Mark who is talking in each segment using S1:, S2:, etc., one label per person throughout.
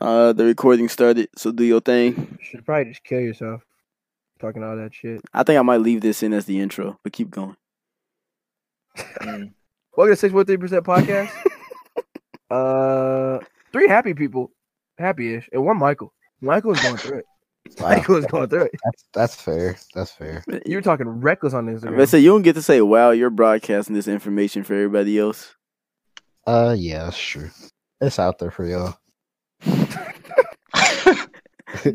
S1: Uh, the recording started, so do your thing.
S2: Should probably just kill yourself. Talking all that shit.
S1: I think I might leave this in as the intro, but keep going.
S2: Welcome to Six One Three Percent Podcast. uh, three happy people, happy-ish, and one Michael. Michael is going through it.
S3: Wow,
S2: Michael is going through it.
S3: that's that's fair. That's fair.
S2: You were talking reckless on Instagram.
S1: But so you don't get to say, "Wow, you're broadcasting this information for everybody else."
S3: Uh, yeah, that's true. It's out there for y'all.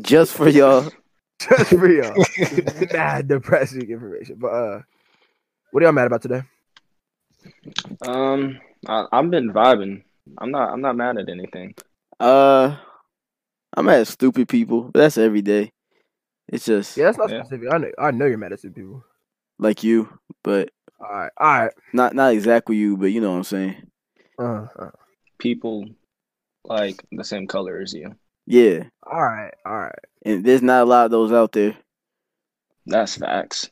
S1: Just for y'all.
S2: Just for y'all. Mad depressing information. But uh, what are y'all mad about today?
S4: Um, I, I've been vibing. I'm not. I'm not mad at anything.
S1: Uh, I'm at stupid people. But that's every day. It's just
S2: Yeah, that's not
S4: Yeah.
S2: specific. I know, I know you're mad at some people.
S1: like you, but
S2: All right, all right.
S1: not not exactly you, but you know what I'm saying.
S2: Uh, uh,
S4: People like the same color as you.
S1: Yeah,
S2: all right, all right.
S1: and there's not a lot of those out there.
S4: That's facts.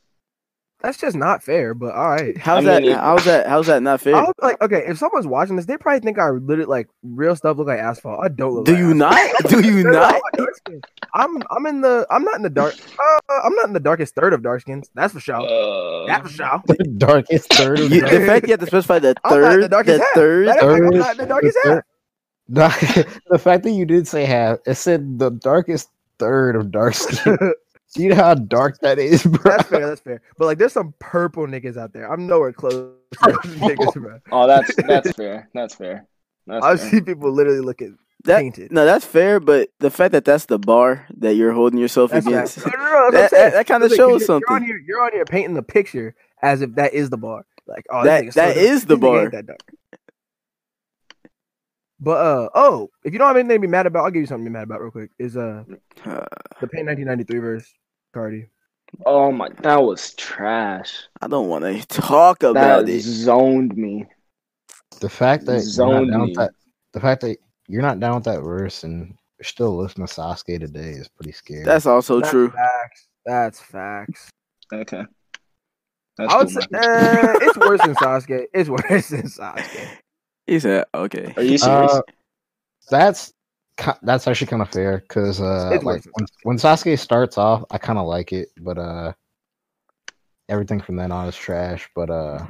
S2: That's just not fair. But all right.
S1: How's
S4: I mean,
S1: that?
S4: it-
S1: how's that? How's that not fair?
S2: I would, like okay, if someone's watching this, they probably think I literally like real stuff look like asphalt. I don't. Look
S1: Do
S2: like
S1: you not?
S2: asphalt.
S1: Do you
S2: No, no,
S1: not?
S2: I'm dark skinned. I'm I'm in the I'm not in the dark. Uh, I'm not in the darkest third of dark skins. That's for sure.
S4: Uh,
S2: That's for sure.
S3: Darkest third.
S1: You, the fact you have to specify the
S2: I'm not in
S1: third,
S2: the darkest
S1: the
S2: half.
S1: third.
S2: That
S3: third-
S2: I'm not in the darkest half.
S3: the fact that you did say half, it said the darkest third of dark skin. Do you know how dark that is, bro?
S2: That's fair. That's fair. But like, there's some purple niggas out there. I'm nowhere close to those niggas, bro.
S4: Oh, that's that's fair. That's fair. That's
S2: I've
S4: fair.
S2: seen people literally looking
S1: That-
S2: painted.
S1: No, that's fair, but the fact that that's the bar that you're holding yourself
S2: That's
S1: against,
S2: facts. No, no, no, that's what I'm
S1: that,
S2: saying.
S1: that, kind of
S2: Like,
S1: shows
S2: you're, You're on,
S1: something.
S2: here, you're on here painting the picture as if that is the bar. Like, oh,
S1: That-
S2: this nigga's so
S1: that
S2: dark.
S1: is the
S2: This nigga
S1: bar.
S2: ain't that dark. But uh oh, if you don't have anything to be mad about, I'll give you something to be mad about real quick. Is uh
S1: Uh,
S2: the Pain 1993 verse Cardi?
S4: Oh my, that was trash.
S1: I don't want to talk about
S4: That
S1: it.
S4: zoned me.
S3: The fact that you're
S4: Zone
S3: not down
S4: me.
S3: with that, the fact that you're not down with that verse and you're still listening to Sasuke today is pretty scary.
S1: That's also
S2: That's
S1: true.
S2: Facts. That's facts.
S4: Okay. That's
S2: I would
S4: cool,
S2: say
S4: man.
S2: uh, it's worse than Sasuke. It's worse than Sasuke.
S1: He said, "Okay,
S4: Are you serious?
S3: Uh, that's ki- that's actually kind of fair because uh,
S2: It's
S3: like
S2: worth it.
S3: when, when Sasuke starts off, I kind of like it, but uh, everything from then on is trash. But uh,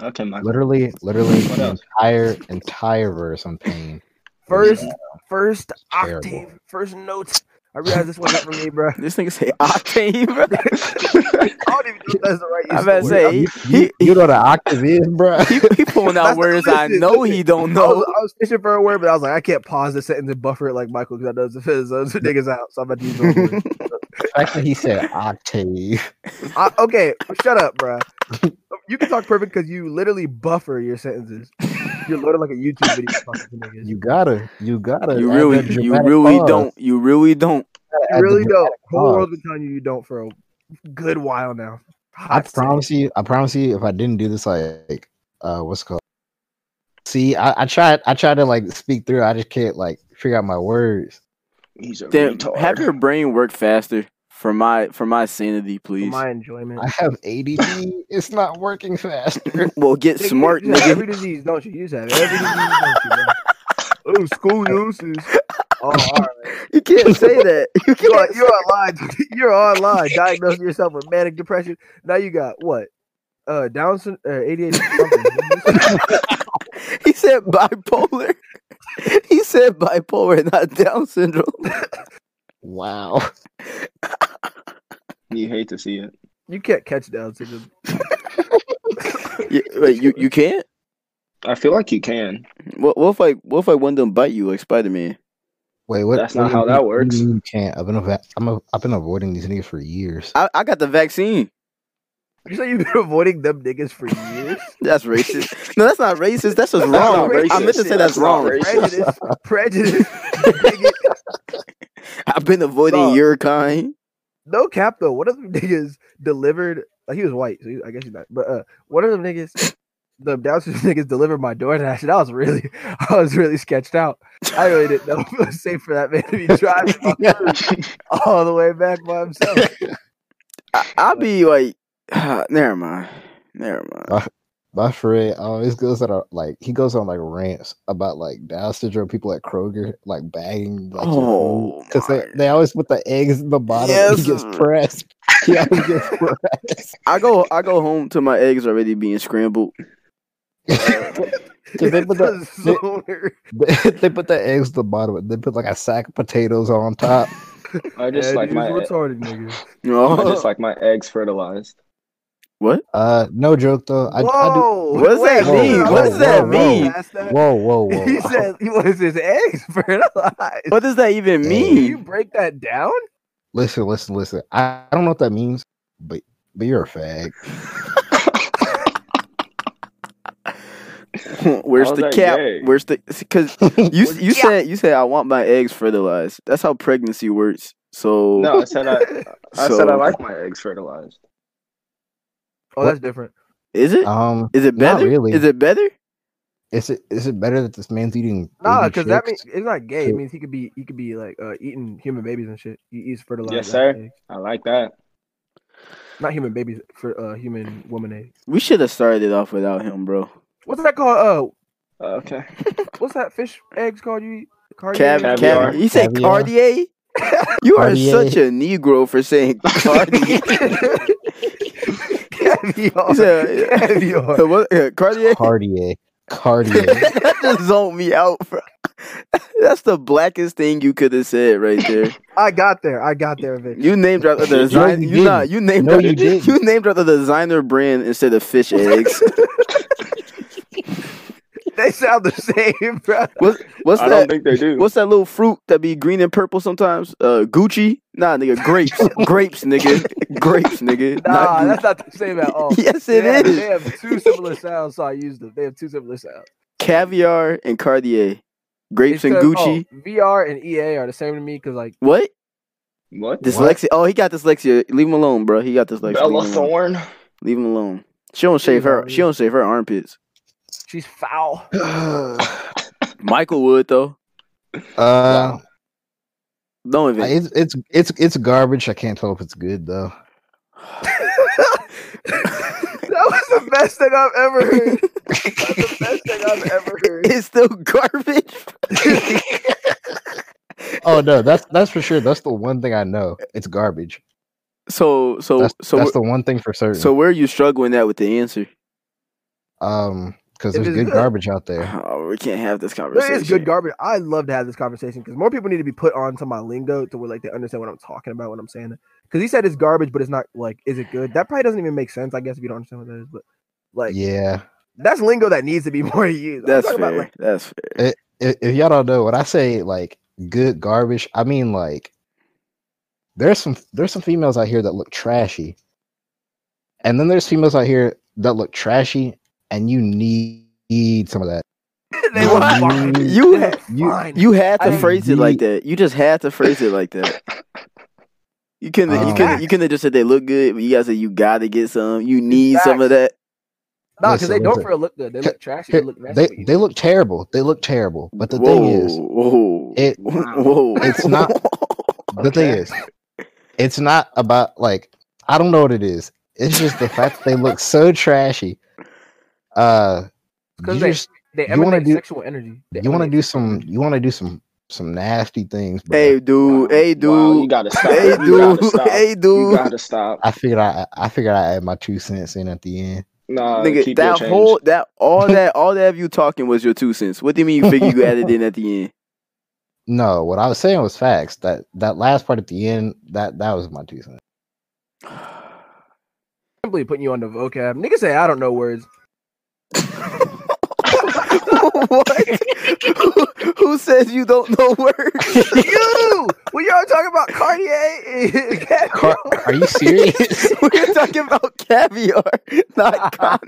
S4: okay, Michael.
S3: literally, literally
S4: What
S3: the
S4: else?
S3: entire entire verse on pain.
S2: First, first
S3: Terrible.
S2: octave, first note. I realized this wasn't for me, bro.
S1: this nigga say octane, bro.
S2: I don't even know if that's the right.
S1: I'm
S2: use
S1: about
S2: of the
S1: to
S2: word.
S1: say he,
S3: you, you, you know the octave is, bro.
S1: he, he pulling
S2: That's
S1: out
S2: the-
S1: words I
S2: listen,
S1: know
S2: listen.
S1: he don't
S2: I
S1: know.
S2: was, I was fishing for a word, but I was like, I can't pause the sentence and buffer it like Michael because I know those, those niggas out. So I'm about to use those words.
S3: The fact that he said octave.
S2: I, okay, shut up, bruh. You can talk perfect because you literally buffer your sentences. You're loaded like a YouTube video. talking to niggas.
S3: You gotta, you gotta.
S1: You
S3: add
S1: really,
S3: that
S1: you
S3: dramatic
S1: really
S3: pause.
S1: don't. You really don't.
S3: gotta
S2: You
S3: add the
S2: really don't.
S3: dramatic
S2: The whole
S3: pause.
S2: world's been telling you you don't for a good while now.
S3: I
S2: Hot take.
S3: promise you, I promise you, if I didn't do this, like, uh, what's it called? See, I, I tried, I tried to like speak through. I just can't like figure out my words.
S4: He's a
S1: Damn,
S4: retard.
S1: have your brain work faster for my for my sanity,
S2: For
S1: please.
S2: my enjoyment.
S3: I have ADD. it's not working faster.
S1: well, get
S2: Nigga,
S1: smart,
S2: you have
S1: nigga.
S2: Every disease, don't you? You just have every disease, don't you? bruh? Oh, scoliosis. Oh, all right.
S1: You can't say that. You
S2: you
S1: can't.
S2: are, you're online. You're online. Diagnosing yourself with manic depression. Now you got what? Uh, Down syndrome, uh, ADHD. something.
S1: He said bipolar. he said bipolar, not Down syndrome.
S3: Wow.
S4: You hate to see it.
S2: you can't catch Down syndrome.
S1: You, wait, you you can't.
S4: I feel like you can.
S1: What, what if I what if I one of them bite you like Spider Man?
S3: Wait, what?
S4: That's
S3: what
S4: not
S3: do
S4: how
S3: you
S4: that
S3: mean- what
S4: works.
S3: do You mean you can't. I've been, ava- I'm a, I've been avoiding these niggas for years.
S1: I, I got the vaccine.
S2: You say you've been avoiding them niggas for years.
S1: That's racist. no, that's not racist. That's just
S4: That's not
S1: wrong.
S4: racist.
S1: I meant to say
S4: That's
S1: that's,
S4: not
S1: wrong.
S4: racist.
S2: Prejudice, prejudice. nigga.
S1: I've been avoiding
S2: Dog.
S1: your kind.
S2: No cap though. One of them niggas delivered. Like, he was white, so he, I guess he's not. But uh, one of them niggas, the Down syndrome niggas delivered my DoorDash, and I was really, I was really sketched out. I really didn't know if it was safe for that man to be driving my all the way back by himself.
S1: I, I'll be like, never mind, never mind.
S3: My friend always goes on a, like he goes on like rants about like Down syndrome people at Kroger like bagging like
S1: Oh,
S3: because they,
S1: my.
S3: they always put the eggs in the bottom. and he
S1: Yes.
S3: gets pressed. He always gets pressed
S1: I go I go home to my eggs already being scrambled.
S3: because they put the
S2: That's so weird.
S3: they, they put the eggs in the bottom. and They put like a sack of potatoes on top.
S4: I just
S2: Yeah,
S4: like
S2: dude's
S4: my e-
S2: retarded niggas.
S1: No,
S4: I just like my eggs fertilized.
S1: Oh. what?
S3: Uh, no joke though. I, I do.
S2: Whoa,
S1: What does that
S2: wait,
S3: mean?
S2: whoa,
S3: What does
S2: whoa,
S3: that
S2: whoa,
S1: mean?
S2: past that.
S3: Whoa, whoa, whoa!
S2: He said he was his eggs fertilized.
S1: What does that even
S3: Hey,
S2: Can you
S1: mean?
S2: break that down?
S3: listen, listen, listen. I, I don't know what that means, but but you're a fag.
S1: Where's
S4: How's
S1: the
S4: that
S1: cap?
S4: gay?
S1: Where's the? Because you you said you said I want my eggs fertilized. That's how pregnancy works. So
S4: No, I said I, I said I
S1: So-
S4: like my eggs fertilized.
S2: Oh, that's different.
S1: is it? Is
S3: Um,
S1: it
S3: not
S1: better?
S3: really.
S1: Is it better?
S3: is it is it better that this man's eating?
S2: Nah,
S3: baby
S2: because that means
S3: chicks?
S2: it's not gay. It
S3: Shit.
S2: means he could be he could be like uh, eating human babies and shit. He eats fertilized.
S4: Yes, sir.
S2: eggs.
S4: I like that.
S2: Not human babies for uh, human woman eggs.
S1: We should have started it off without him, bro.
S2: What's that called?
S4: Okay.
S2: Uh, what's that fish eggs called? You eat? Cartier?
S1: Cav,
S4: Caviar.
S1: cav, you said
S3: Caviar.
S1: Cartier. You are
S3: Cartier.
S1: such a Negro for saying Cartier.
S2: caviar.
S1: Yeah, yeah.
S2: Caviar.
S1: what, uh, Cartier.
S3: Cartier, Cartier.
S1: that just zoned me out, bro. That's the blackest thing you could have said right there.
S2: I got there. I got there, Vic.
S1: You named after the
S3: No,
S1: designer.
S3: you
S1: you
S3: didn't.
S1: not. You named.
S3: No,
S1: after-
S3: you didn't.
S1: you named after the designer brand instead of fish eggs.
S2: They sound the same, bro.
S1: What's what's
S4: I
S1: that?
S4: don't think they do.
S1: What's that little fruit that be green and purple sometimes? Uh, Gucci? Nah, nigga, grapes, grapes, nigga, grapes, nigga.
S2: Nah,
S1: not
S2: that's not the same at all.
S1: Gucci. yes,
S2: They
S1: it
S2: have,
S1: is.
S2: they have two similar sounds, so I used them. They have two similar sounds.
S1: Caviar and Cartier, grapes
S2: It's
S1: and
S2: 'cause-
S1: Gucci.
S2: oh, VR and EA are the same to me because like
S1: What?
S4: What?
S1: Dyslexia? Oh, he got dyslexia. Leave him alone, bro. He got dyslexia.
S4: Bella
S1: Leave him, alone.
S4: Thorne.
S1: Leave him alone. She don't shave her. She don't shave her armpits.
S2: she's foul.
S1: Michael would though.
S3: Uh,
S1: Don't even.
S3: it's it's it's it's garbage. I can't tell if it's good though.
S2: That was the best thing I've ever heard. That's the best thing I've ever heard.
S1: it's still garbage.
S3: Oh no, that's that's for sure. That's the one thing I know. It's garbage.
S1: So so
S3: That's,
S1: so
S3: that's
S1: wh-
S3: the one thing for certain.
S1: so where are you struggling at with the answer?
S3: um, because
S2: If it's
S3: there's good
S2: good.
S3: garbage out there.
S1: Oh, we can't have this conversation.
S2: There is good garbage. I'd love to have this conversation because more people need to be put onto my lingo to where like they understand what I'm talking about when I'm saying it. Because he said it's garbage, but it's not like is it good? That probably doesn't even make sense. I guess if you don't understand what that is, but like
S3: Yeah.
S2: that's lingo that needs to be more used. I'm
S1: That's
S2: talking about,
S1: fair.
S2: like,
S1: That's fair.
S3: if, if y'all don't know when I say like good garbage, I mean like there's some there's some females out here that look trashy, and then there's females out here that look trashy, and you need, need some of that.
S2: they were fine.
S1: You
S2: They were
S1: had-
S3: you-
S2: fine.
S1: You had to
S2: I
S1: phrase it like
S3: agree.
S1: that. You just had to phrase it like that. You couldn't. you
S4: Oh,
S3: Um,
S1: couldn't. You couldn't have just said they look good. But you guys said you got to get some. You need some of that.
S2: No, because they
S3: Listen,
S2: don't
S3: listen.
S2: for look good. They look trashy. They
S3: Here-
S2: look nasty.
S3: They they look terrible. They look terrible. But the
S1: whoa,
S3: thing is,
S1: whoa,
S3: it-
S1: whoa,
S3: it's not- the thing
S4: Okay.
S3: is, it's not about like I don't know what it is. It's just the fact that they look so trashy. Uh,
S2: 'Cause
S3: you
S2: they-
S3: just
S2: they
S3: you wanna
S2: emanate
S3: do-
S2: sexual energy. They
S3: you want to
S2: emanate
S3: do
S2: sexual
S3: some
S2: energy.
S3: you want to do some some nasty things. Bro.
S1: Hey, dude. Hey,
S4: Wow, you
S1: dude.
S4: gotta stop.
S1: Hey,
S4: You gotta
S1: dude.
S4: stop.
S1: Hey,
S4: You
S1: dude.
S4: gotta stop.
S3: I figured I I figured I add my two cents in at the end.
S4: Nah,
S1: Nigga,
S4: uh, keep your
S1: that
S4: change.
S1: whole that all that all that of you talking was your two cents. What do you mean you figure you added in at the end?
S3: No, what I was saying was facts. That that last part at the end that that was my two cents.
S2: Simply putting you on the vocab. Niggas say I don't know words.
S1: what? Who- Who says you don't know words?
S2: you when y'all talking about Cartier, and Caviar.
S3: Car- are you serious?
S1: We're talking about caviar, not con.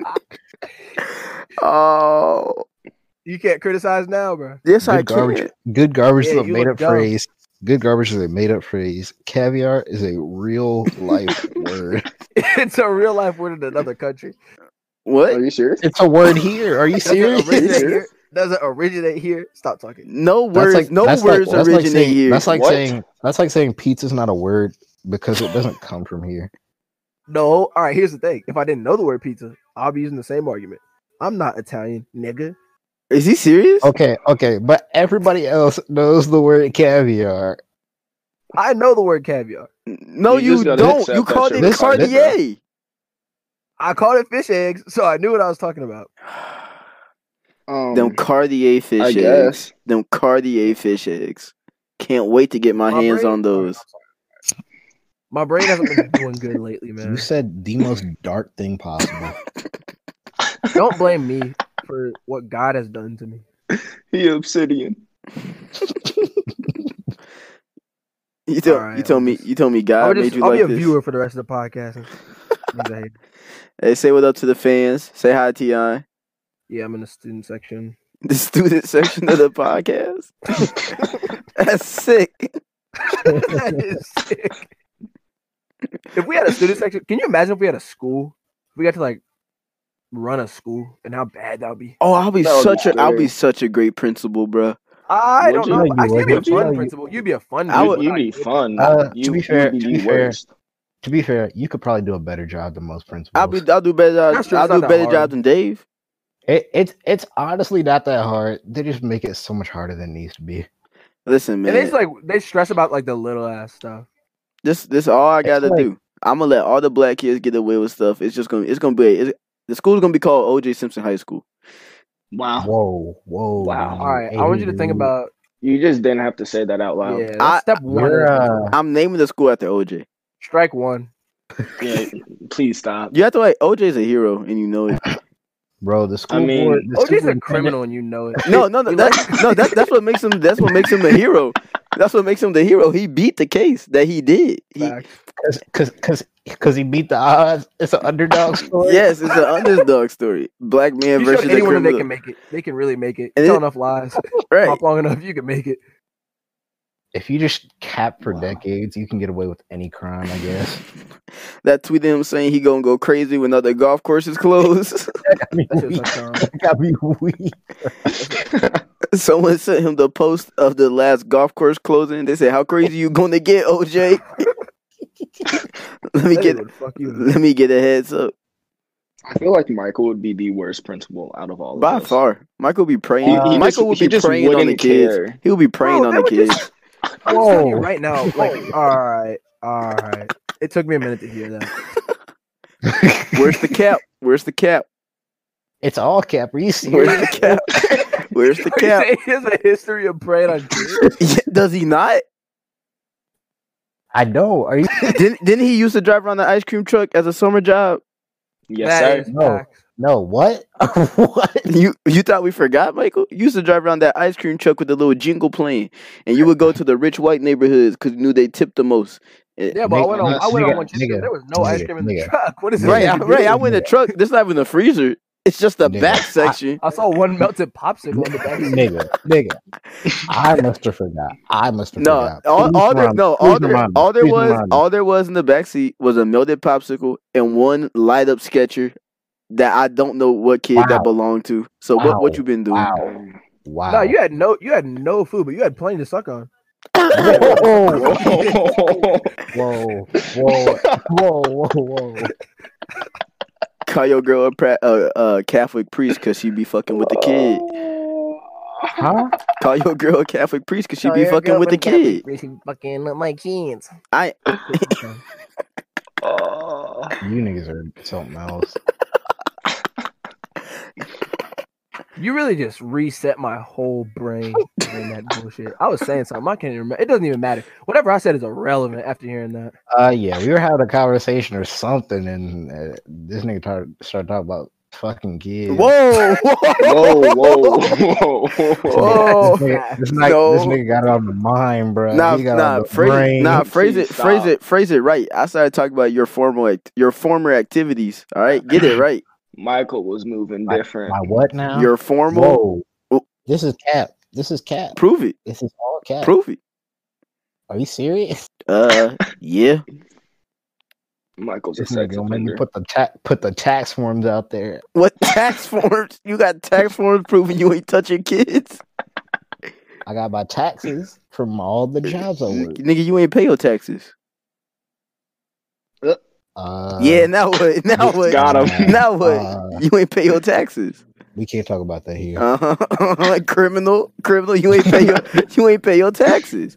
S1: Oh,
S2: you can't criticize now, bro.
S1: yes, I
S3: Good garbage.
S1: can.
S3: Good garbage
S2: Yeah,
S3: is a
S2: you
S3: made
S2: look
S3: up
S2: dumb.
S3: phrase. Good garbage is a made up phrase. Caviar is a real life word.
S2: It's a real life word in another country.
S4: Are
S3: Oh,
S1: What?
S4: you serious?
S3: It's a word here. Are you serious?
S2: Doesn't originate here. Doesn't originate here. Stop talking.
S1: No words. no
S3: that's
S1: words
S3: that's
S1: originate
S3: saying,
S1: here.
S3: That's like
S4: What?
S3: saying that's like saying pizza's not a word because it doesn't come from here.
S2: No. All right. Here's the thing. If I didn't know the word pizza, I'll be using the same argument. I'm not Italian, nigga.
S1: Is he serious?
S3: Okay, okay, but everybody else knows the word caviar.
S2: I know the word caviar.
S1: No,
S4: You
S1: you,
S4: just gotta
S1: don't.
S4: accept
S1: You
S4: that
S1: called
S4: you're
S1: it
S3: Listen,
S1: Cartier.
S3: listen.
S2: I called it fish eggs, so I knew what I was talking about.
S4: Um,
S1: Them Cartier fish
S4: I
S1: eggs.
S4: guess.
S1: Them Cartier fish eggs. Can't wait to get my, hands
S2: brain-
S1: on those.
S2: I'm sorry. My brain hasn't been doing good lately, man.
S3: You said the most dark thing possible.
S2: Don't blame me for what God has done to me.
S4: He obsidian.
S1: You tell
S2: Alright,
S1: you tell
S2: I'm
S1: me
S2: just-
S1: you tell me
S2: I'll,
S1: God
S2: just,
S1: made you
S2: I'll
S1: like
S2: be a
S1: this.
S2: viewer for the rest of the podcast. and- things I hate.
S1: Hey, say what up to the fans. Say hi, Ti.
S2: yeah, I'm in the student section.
S1: The student section of the podcast. That's sick.
S2: that is sick. If we had a student section, can you imagine if we had a school? If we got to like run a school and how bad that would be.
S1: Oh, I'll be
S4: That would be
S1: such a I'll be
S4: hilarious.
S1: such a great principal, bruh.
S2: I
S4: Would
S2: don't
S4: you?
S2: know.
S3: No, you
S2: I think you'd be a
S4: wouldn't. No,
S2: fun
S4: you-
S2: principal. You'd be a fun.
S1: I
S4: Dude,
S1: would-
S4: you be fun.
S3: Uh, to
S4: you,
S3: be
S4: you'd
S3: fair- to
S4: the
S3: be fair.
S4: worst.
S3: to be fair, you could probably do a better job than most principals.
S1: I'll be I'll do better
S2: That's
S1: jobs.
S2: true,
S1: I'll
S2: it's not
S1: do
S2: that
S1: better
S2: hard.
S1: jobs than Dave.
S3: It, it's it's honestly not that hard. They just make it so much harder than it needs to be.
S1: Listen, man.
S2: And it's like they stress about like the little ass stuff.
S1: This this all I gotta
S3: like-
S1: do. I'm gonna let all the black kids get away with stuff. It's just gonna it's gonna be it's, the school's gonna be called OJ Simpson High School.
S4: Wow.
S3: Whoa, whoa.
S4: Wow.
S3: dude.
S2: All right, I want you to think
S3: Hey,
S2: about
S4: You just didn't have to say that out loud.
S2: yeah. that's
S1: I-
S2: step one.
S3: You're, uh,
S1: I'm naming the school after OJ.
S2: Strike one.
S4: Yeah, please stop.
S1: You have to like OJ's a hero and you know it.
S3: bro. The school
S4: mean-
S3: board. the
S2: OJ's a
S3: superintendent-
S2: criminal and you know it.
S1: No, no, no,
S2: You
S1: that, no. That's that's what makes him. That's what makes him a hero. That's what makes him the hero. He beat the case that he did. He,
S2: Facts.
S3: Cause, cause, cause he beat the odds. It's an underdog story.
S1: yes, it's an underdog story. Black man
S2: You show
S1: versus the
S2: anyone that they
S1: criminal.
S2: can make it. They can really make it.
S1: And
S2: Tell
S1: it-
S2: enough lies.
S1: right.
S2: Talk long enough, you can make it.
S3: If you just cap for
S4: Wow.
S3: decades, you can get away with any crime, I guess.
S1: That tweet of him saying he gonna go crazy when other golf courses close.
S3: I mean,
S2: That's
S3: we-
S2: just like, um,
S3: gotta be weak.
S1: Someone sent him the post of the last golf course closing. They said, "How crazy you gonna get, OJ?" let me
S2: They
S1: get.
S2: would fuck you.
S1: Let me get a heads up.
S4: I feel like Michael would be the worst principal out of all of
S1: By
S4: us.
S1: far, Michael be praying.
S3: He-
S1: Michael
S3: he
S4: just- he
S1: would be
S4: just
S1: praying on the
S4: wouldn't
S1: kids.
S4: care.
S1: He would be praying
S2: Bro,
S1: on
S2: they
S1: the
S2: would
S1: kids.
S2: just- I'm just telling you
S3: Whoa.
S2: right now, like, all right, all right. It took me a minute to hear that.
S1: Where's the cap? Where's the cap?
S3: It's all cap. Are you serious?
S1: Where's the cap? Where's the
S2: Are you
S1: cap?
S2: saying He has a history of praying on kids.
S1: Yeah, Does he not?
S3: I know. Are you?
S1: Didn't Didn't he used to drive around the ice cream truck as a summer job?
S4: Yes,
S2: That
S4: sir.
S2: is
S3: No.
S2: facts.
S3: No. What? what?
S1: You You thought we forgot, Michael? You used to drive around that ice cream truck with the little jingle playing, and you would go to the rich white neighborhoods because you knew they tipped the most.
S2: Yeah, but I
S3: Nigga,
S2: went on. I went
S3: nigga,
S2: on one chicken.
S3: nigga,
S2: There was no ice
S3: nigga,
S2: cream in the
S3: nigga.
S2: truck. What is
S1: Right,
S3: Yeah.
S1: I, right. I went in the truck. There's not even a freezer. It's just the
S3: Nigga,
S1: back
S3: I-
S1: section.
S2: I saw one melted popsicle on the back. seat.
S3: nigga, nigga. I must have forgot. I must have
S1: No,
S3: forgot.
S1: all, all there, no, all there, all there was,
S3: all
S1: all there was in the backseat was a melted popsicle and one light up sketcher that I don't know what kid that
S3: Wow.
S1: belonged to. So what, what
S3: Wow.
S1: you been doing?
S3: Wow. Wow.
S2: No, you had no. You had no food, but you had plenty to suck on.
S3: Whoa,
S4: Wow.
S3: whoa, whoa, whoa, whoa, whoa.
S1: Call your girl a, pra- a, a Catholic priest because she be fucking with the kid.
S3: Huh?
S1: Call your girl a Catholic priest because she be fucking with the kid.
S2: Fucking my kids.
S1: I
S4: Oh.
S3: You niggas are something else.
S2: You really just reset my whole brain in that bullshit. I was saying something. I can't even remember. It doesn't even matter. Whatever I said is irrelevant after hearing that.
S3: Uh, yeah, we were having a conversation or something, and uh, this nigga tar- started talking about fucking kids.
S1: whoa,
S4: Whoa, whoa, whoa, whoa.
S1: Whoa.
S3: This nigga, this, nigga, this
S1: No.
S3: nigga got it on the mind, bro.
S1: Nah,
S3: he got it on
S1: nah,
S3: the
S1: phrase,
S3: brain.
S1: nah, phrase it,
S4: Please
S1: phrase
S4: stop.
S1: it, phrase it right. I started talking about your formal, act- your former activities. All right, get it right.
S4: Michael was moving
S3: My-
S4: different.
S3: My what now?
S1: Your formal,
S3: Whoa.
S1: Oh.
S3: This is cap. This is cap.
S1: prove it,
S3: This is all cap.
S1: prove it.
S3: Are you serious?
S1: Uh, yeah.
S4: Michael's a
S3: This
S4: sex
S3: nigga gonna make me
S4: offender.
S3: put the ta- put the tax forms out there.
S1: What tax forms? You got tax forms proving you ain't touching kids,
S3: I got my taxes from all the jobs I work.
S1: nigga. You ain't pay your taxes.
S3: Uh,
S1: yeah, now what? Now what?
S4: Got him.
S1: Now what?
S3: Uh,
S1: you ain't pay your taxes.
S3: We can't talk about that here.
S1: Uh-huh. criminal, criminal, you ain't pay your, you ain't pay your taxes.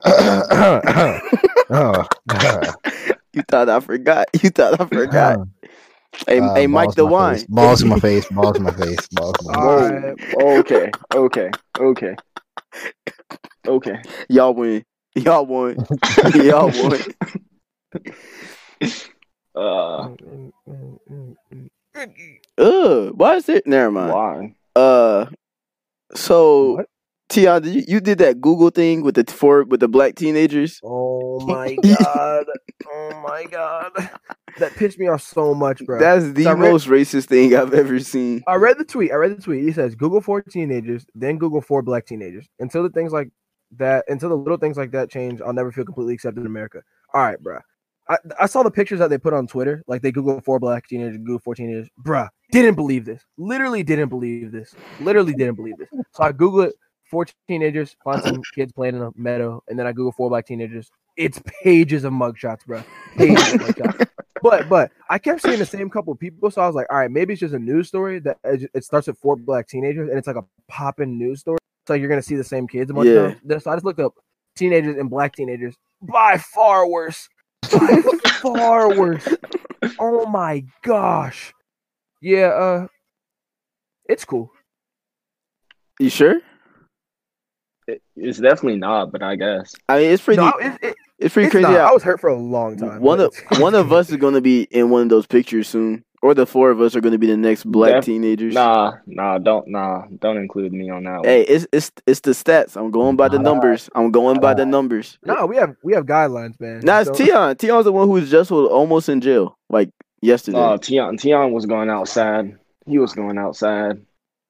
S3: Uh, Oh,
S1: You thought I forgot. You thought I forgot. Hey,
S3: uh,
S1: hey Mike
S3: balls in
S1: the
S3: my
S1: wine.
S3: face, Balls in my face. Balls in my face. Balls in my face.
S2: All
S4: Whoa.
S2: right.
S4: Oh, Okay. Okay. Okay. Okay.
S1: Y'all win. Y'all won. Y'all won.
S4: Uh,
S1: Ugh. Why is it? Never mind.
S4: why?
S1: Uh, so
S2: What?
S1: Tion, did you, you did that Google thing with the t- for with the black teenagers.
S2: Oh my god. Oh my god. That pissed me off so much, bro.
S1: That's the
S2: So I read-
S1: most racist thing I've ever seen.
S2: I read the tweet. I read the tweet. He says Google for teenagers, then Google for black teenagers. Until the things like that, until the little things like that change, I'll never feel completely accepted in America. All right, bruh. I, I saw the pictures that they put on Twitter. Like they Google for black teenagers, Google for teenagers. Bruh, didn't believe this. Literally didn't believe this. Literally didn't believe this. So I Google it for teenagers, find some kids playing in a meadow, and then I Google for black teenagers. It's pages of mugshots, bruh. Pages of mugshots but but I kept seeing the same couple people, so I was like, all right, maybe it's just a news story that it it starts with four black teenagers and it's like a popping news story. So you're gonna see the same kids a bunch
S1: Yeah.
S2: of times. So I just looked up teenagers and black teenagers. By far worse. By far worse. Oh my gosh. Yeah. Uh, it's cool.
S1: You sure?
S4: It, it's definitely not, but I guess.
S1: I mean, it's pretty.
S2: No, it, it,
S1: it's pretty
S2: it's
S1: crazy.
S2: not.
S1: how-
S2: I was hurt for a long time.
S1: one of
S2: but-
S1: one of us is going to be in one of those pictures soon, or the four of us are going to be the next black
S4: Def-
S1: teenagers.
S4: Nah, nah, don't, nah, don't include me on that one.
S1: Hey, it's it's it's the stats. I'm going by the
S3: Nah.
S1: numbers. I'm going by the numbers.
S2: No, we have we have guidelines, man.
S1: Nah, it's
S2: Don't-
S1: Tion. Tion's the one who was just almost in jail like yesterday.
S4: No, Uh, Tion, Tion was going outside. He was going outside.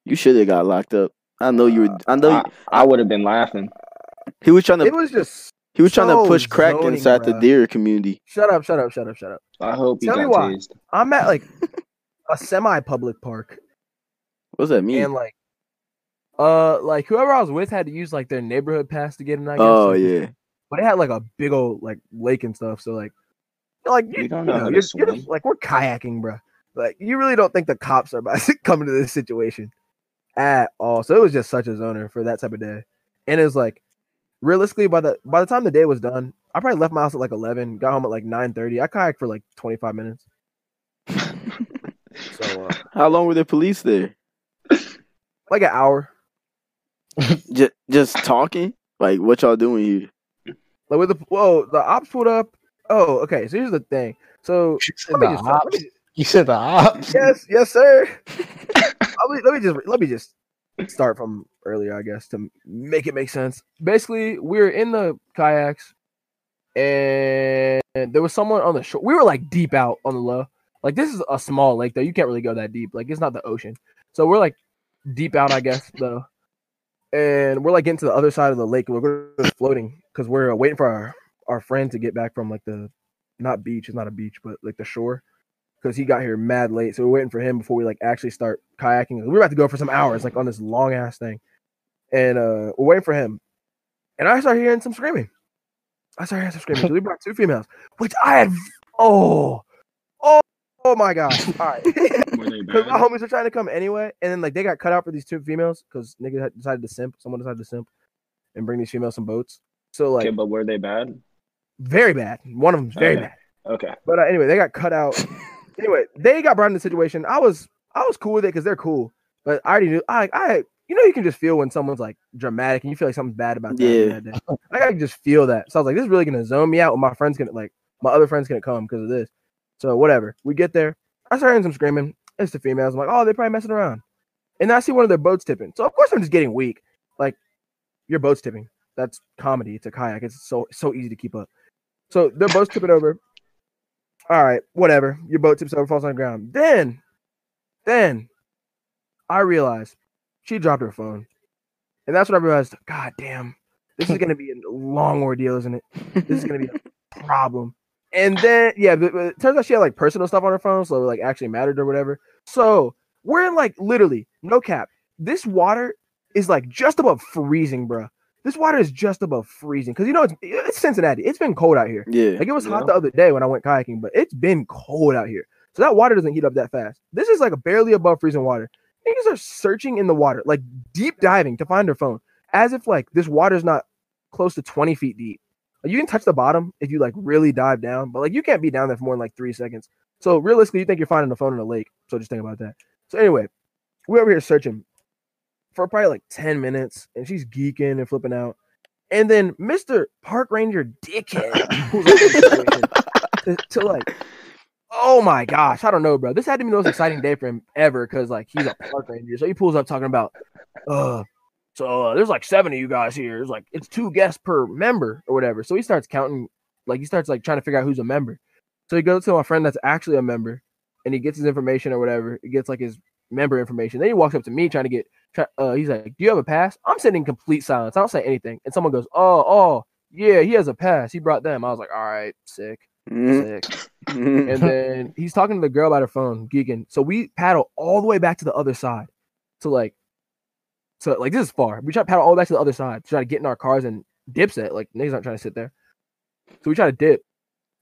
S1: you should have got locked up. I know you were. I know
S4: I, I would have been laughing.
S1: he was trying to.
S2: It was just
S1: He was trying to
S2: so
S1: push crack
S2: zoning,
S1: inside the
S2: bruh.
S1: deer community.
S2: shut up, shut up, shut up, shut up.
S4: I hope he
S2: Tell me
S4: got
S2: why.
S4: tased.
S2: I'm at like a semi-public park,
S1: What does that mean?
S2: and like, uh, like whoever I was with had to use like their neighborhood pass to get in. I guess.
S1: oh
S2: like,
S1: yeah.
S2: but it had like a big old like lake and stuff. So like, like you,
S4: We
S2: you
S4: don't know
S2: know,
S4: how to
S2: you're, you're just,
S4: swim.
S2: like we're kayaking, bro. Like you really don't think the cops are about to come into this situation at all. So it was just such a zoner for that type of day, and it was like realistically by the by the time the day was done, I probably left my house at like eleven, got home at like nine thirty. I kayaked for like twenty five minutes. so uh,
S1: How long were the police there?
S2: like an hour.
S1: Just just talking. Like what y'all doing here?
S2: Like with the whoa, the ops pulled up. Oh, okay. So here's the thing. So
S3: You said
S2: let me
S3: the
S2: just, let
S3: ops?
S2: me just-
S3: You said the ops.
S2: yes, yes, sir. let, me, let me just let me just start from earlier, I guess, to make it make sense. Basically, we were in the kayaks, and there was someone on the shore. We were like deep out on the low. Like this is a small lake though. You can't really go that deep. Like it's not the ocean. So we're like deep out, I guess, though. And we're like getting to the other side of the lake. and We're just floating because we're uh, waiting for our our friend to get back from like the not beach. It's not a beach, but like the shore. Because he got here mad late, so we're waiting for him before we like actually start kayaking. We're about to go for some hours, like on this long ass thing, and uh we're waiting for him. And I start hearing some screaming. I start hearing some screaming. So we brought two females, which I had. Oh, oh, oh my god! All right.
S4: Were they
S2: Because my
S4: bad?
S2: homies were trying to come anyway, and then like they got cut out for these two females because niggas had decided to simp. Someone decided to simp and bring these females some boats. So like
S4: Okay, but were they bad?
S2: very bad. One of them's very
S4: Okay.
S2: bad.
S4: Okay.
S2: But uh, anyway, they got cut out. anyway, they got brought in the situation. I was I was cool with it because they're cool. But I already knew. I I you know you can just feel when someone's like dramatic and you feel like something's bad about that,
S1: Yeah.
S2: that day. Like I could just feel that. So I was like, this is really gonna zone me out. And my friends gonna like my other friends gonna come because of this. So whatever. We get there. I start hearing some screaming. It's the females. I'm like, oh, they're probably messing around. And then I see one of their boats tipping. So of course I'm just getting weak. Like your boat's tipping. That's comedy. It's a kayak. It's so so easy to keep up. So their boat's tipping over. All right, whatever. Your boat tips over, falls on the ground. Then, then I realized she dropped her phone. And that's when I realized, God damn, this is going to be a long ordeal, isn't it? This is going to be a problem. And then, yeah, but, but it turns out she had like personal stuff on her phone, so it like actually mattered or whatever. So we're in like literally, no cap. This water is like just above freezing, bruh. This water is just above freezing because you know it's, it's Cincinnati. It's been cold out here.
S1: Yeah.
S2: Like it was
S4: Yeah.
S2: hot the other day when I went kayaking, but it's been cold out here. So that water doesn't heat up that fast. This is like barely above freezing water. Niggas are searching in the water, like deep diving to find their phone, as if like this water's not close to 20 feet deep. Like, you can touch the bottom if you like really dive down, but like you can't be down there for more than like three seconds. So realistically, you think you're finding a phone in a lake. So just think about that. So anyway, we're over here searching for probably like 10 minutes, and she's geeking and flipping out. And then Mr. Park Ranger Dickhead, who's in the situation, to, to like, oh my gosh, I don't know, bro. This had to be the most exciting day for him ever because like he's a park ranger. So he pulls up talking about, uh, so uh, there's like seven of you guys here. It's like it's two guests per member or whatever. So he starts counting, like he starts like trying to figure out who's a member. So he goes to my friend that's actually a member, and he gets his information or whatever. He gets like his member information. Then he walks up to me trying to get. Try, uh, he's like, "Do you have a pass?" I'm sitting in complete silence. I don't say anything, and someone goes, "Oh, oh, yeah, he has a pass. He brought them." I was like, "All right, sick,
S1: Mhm,
S2: sick."
S1: mhm.
S2: and then he's talking to the girl about her phone, geeking. So we paddle all the way back to the other side. To like, so like this is far. We try to paddle all the way back to the other side to try to get in our cars and dips it. Like niggas aren't trying to sit there. So we try to dip,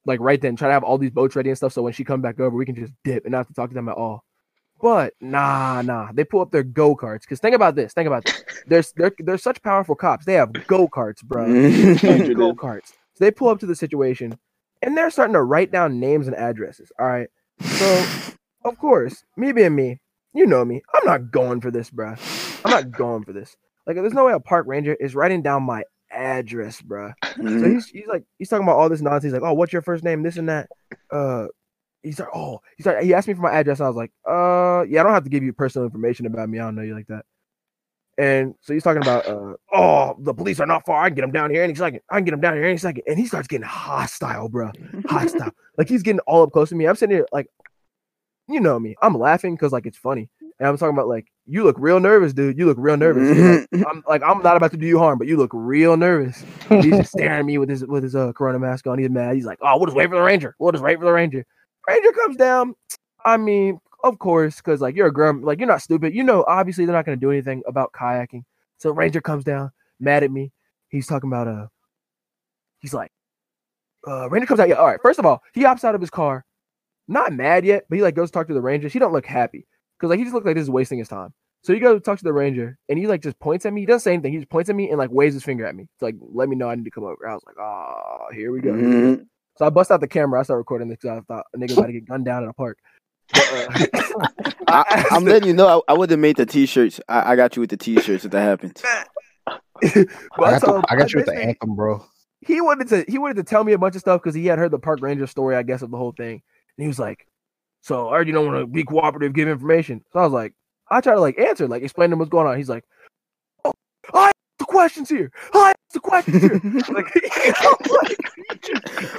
S2: like right then, try to have all these boats ready and stuff. So when she comes back over, we can just dip and not have to talk to them at all. But nah, nah, they pull up their go karts. Cause think about this, think about this. They're they're, they're such powerful cops. They have go karts, bro
S1: Mhm.
S2: go karts. So they pull up to the situation, and they're starting to write down names and addresses. All right. So, of course, me being me, you know me. I'm not going for this, bruh. I'm not going for this. Like, there's no way a park ranger is writing down my address, bruh. So
S1: Mhm.
S2: he's, he's like, he's talking about all this nonsense. He's like, oh, what's your first name? This and that. Uh, he's like, oh, he's like, he asked me for my address. I was like, uh, yeah, I don't have to give you personal information about me. I don't know you like that. And so he's talking about, uh, oh, the police are not far. I can get them down here any second. I can get them down here any second. And he starts getting hostile, bro. Hostile. like he's getting all up close to me. I'm sitting here like, you know me. I'm laughing because like it's funny. And I'm talking about like, you look real nervous, dude. You look real nervous. He's like, I'm like, I'm not about to do you harm, but you look real nervous. He's just staring at me with his with his uh, corona mask on. He's mad. He's like, "Oh, we'll just wait for the ranger. We'll just wait for the ranger." Ranger comes down. I mean, of course, because like you're a girl, like you're not stupid. You know, obviously they're not gonna do anything about kayaking. So ranger comes down, mad at me. He's talking about uh, he's like, uh, ranger comes out. Yeah, all right. First of all, he hops out of his car, not mad yet, but he like goes talk to the ranger. She don't look happy because like he just looks like this is wasting his time. So he goes to talk to the ranger, and he like just points at me. He doesn't say anything. He just points at me and like waves his finger at me, to, like let me know I need to come over. I was like, ah, here we go.
S1: Mhm.
S2: So I bust out the camera. I start recording this because I thought a nigga about to get gunned down in a park. But, uh,
S1: I, I'm letting you know I, I would have made the t-shirts. I, I got you with the t-shirts if that happens.
S2: uh, but
S3: I got,
S2: told him-
S3: the, I got you with the
S2: basically-
S3: anthem, bro.
S2: he wanted to he wanted to tell me a bunch of stuff because he had heard the park ranger story, I guess, of the whole thing. And he was like, "So I heard you don't want to be cooperative, give information." So I was like, I tried to like answer, like explain to him what's going on. He's like, "Oh, I asked the questions here. I asked the questions here." like,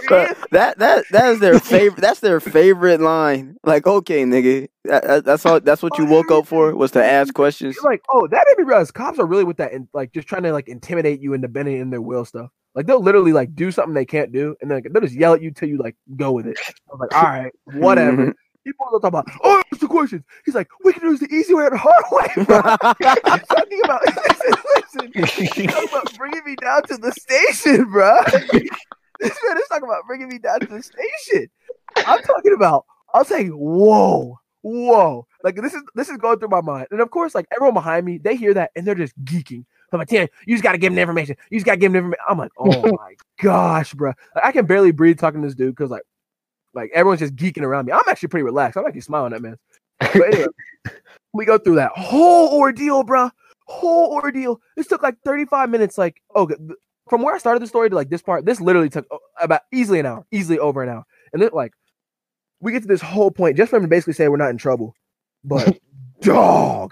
S1: Bruh, that that that is their favorite. That's their favorite line. Like, okay, nigga, that, that- that's all. That's what you woke up for was to ask questions.
S2: It's like, oh, that made me realize cops are really with that and like just trying to like intimidate you into bending in their will stuff. Like they'll literally like do something they can't do, and then like, they'll just yell at you till you like go with it. I was like, all right, whatever. People are talking about, oh, it's the questions. He's like, we can do this the easy way or the hard way. bro." I'm talking about listen, listen, he's talking about bringing me down to the station, bro. this man is talking about bringing me down to the station. I'm talking about. I'm saying, whoa, whoa. Like this is this is going through my mind, and of course, like everyone behind me, they hear that and they're just geeking. I'm like, Tim, you just gotta give him the information. You just gotta give him the information. I'm like, oh my gosh, bro. Like, I can barely breathe talking to this dude because like, like everyone's just geeking around me. I'm actually pretty relaxed. I'm actually smiling at man. But anyway, we go through that whole ordeal, bruh. Whole ordeal. This took like 35 minutes. Like, okay, th- from where I started the story to like this part, this literally took uh, about easily an hour, easily over an hour. And then like, we get to this whole point just for him to basically say we're not in trouble. But dog,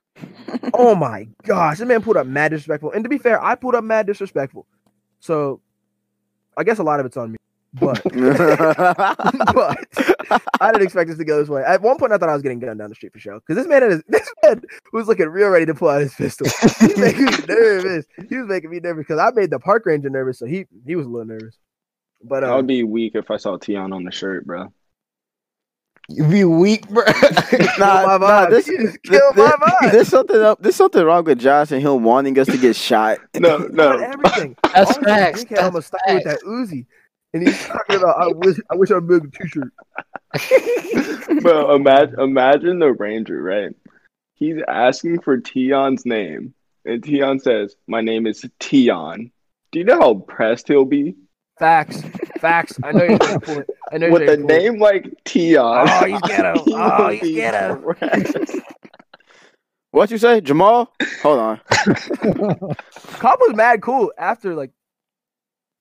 S2: oh my gosh, this man pulled up mad disrespectful. And to be fair, I pulled up mad disrespectful. So, I guess a lot of it's on me. But
S1: Mm-hmm.
S2: but I didn't expect this to go this way. At one point, I thought I was getting gunned down the street for sure. Because this man, had his, this man was looking real ready to pull out his pistol. He was making me nervous. He was making me nervous because I made the park ranger nervous, so he he was a little nervous. But
S4: I
S2: um,
S4: would be weak if I saw Tion on the shirt, bro.
S3: You be weak, bro.
S2: kill
S1: nah,
S2: my
S1: nah,
S2: vibe.
S1: this
S2: You just
S1: th-
S2: killed my
S1: th-
S2: vibe.
S1: There's something up. There's something wrong with Josh and him wanting us to get shot.
S4: No,
S2: on
S4: no.
S2: everything.
S3: That's
S2: All this
S3: facts.
S2: dickhead
S3: That's
S2: almost stuck with that Uzi, and he's talking about I wish I wish I made a T-shirt.
S4: Bro, imagine imagine the ranger, right? He's asking for Tion's name, and Tion says, "My name is Tion." Do you know how pressed he'll be
S2: Facts. Facts. I know you're gonna pull it. I know you're
S4: with a
S2: gonna pull it.
S4: name like Tion?
S2: Oh, he's ghetto.
S4: He
S2: Oh,
S4: will
S2: he's
S4: be
S2: ghetto.
S4: pressed.
S1: What you say, Jamal? Hold on.
S2: Cobb was mad cool after like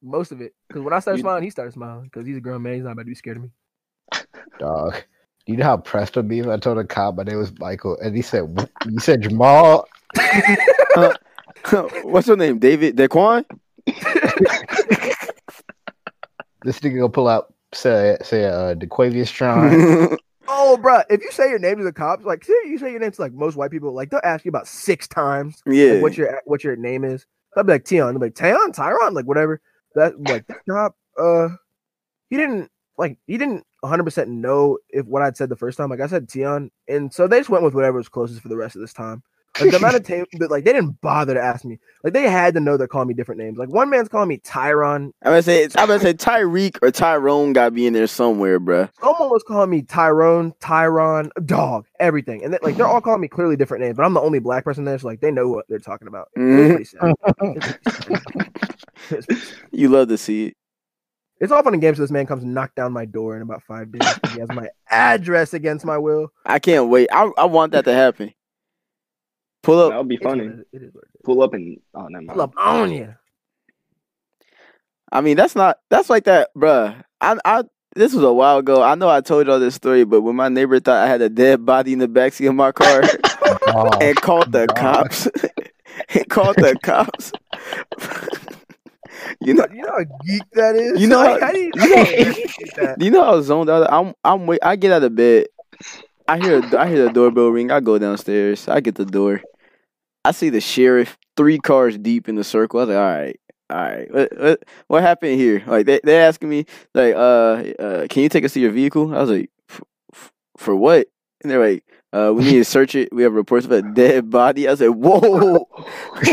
S2: most of it. Because when I started
S4: You-
S2: smiling, he started smiling. Because he's a grown man. He's not about to be scared of me.
S3: Dog. You know how pressed I'd be if I told a cop my name was Michael and he said "Wh- you said Jamal
S1: What's your name, David Daquan?
S3: this nigga gonna pull out say say uh DeQuavius Tron.
S1: Bro,
S2: Oh, bruh, If you say your name to the cops, like, say you say your name to like most white people, like, they'll ask you about six times like,
S1: yeah.
S2: what your what your name is. I'll be like, Tion. They'll be like, Tion, Tyron, like, whatever. That, like, that cop, uh, he didn't, like, he didn't 100% know if what I'd said the first time. Like, I said Tion. And so they just went with whatever was closest for the rest of this time. Like the amount of tape, but like they didn't bother to ask me. Like they had to know they're calling me different names. Like one man's calling me Tyron.
S1: I'm gonna say I'm gonna say Tyreek or Tyrone gotta be in there somewhere, bruh.
S2: Someone was calling me Tyrone, Tyron, dog, everything. And that, like they're all calling me clearly different names, but I'm the only black person there. So like they know what they're talking about. It's pretty sad. It's pretty sad. It's pretty sad.
S1: You love to see it.
S2: It's all fun and games. So this man comes and knock down my door in about five days. and He has my address against my will.
S1: I can't wait. I I want that to happen. Pull
S4: That
S1: up.
S4: would be
S2: It's what
S4: funny.
S2: It is, it is what it is.
S4: Pull up and oh, never mind.
S2: Pull up on you.
S1: I mean, that's not that's like that, bruh. I I this was a while ago. I know I told y'all this story, but when my neighbor thought I had a dead body in the backseat of my car
S3: Oh,
S1: and called the
S3: God.
S1: cops, and called the cops. you know,
S2: You know how geek that is.
S1: You know
S2: Like,
S1: how-
S2: I didn't-
S1: you know-
S2: I didn't appreciate that.
S1: Do you know how zoned out? I'm I'm wait. I get out of bed. I hear a, I hear the doorbell ring. I go downstairs. I get the door. I see the sheriff three cars deep in the circle. I was like, all right, all right. What what, what happened here? Like they they asking me like, uh, uh, can you take us to your vehicle? I was like, f- f- for what? And they're like, uh, we need to search it. We have reports of a dead body. I said, whoa.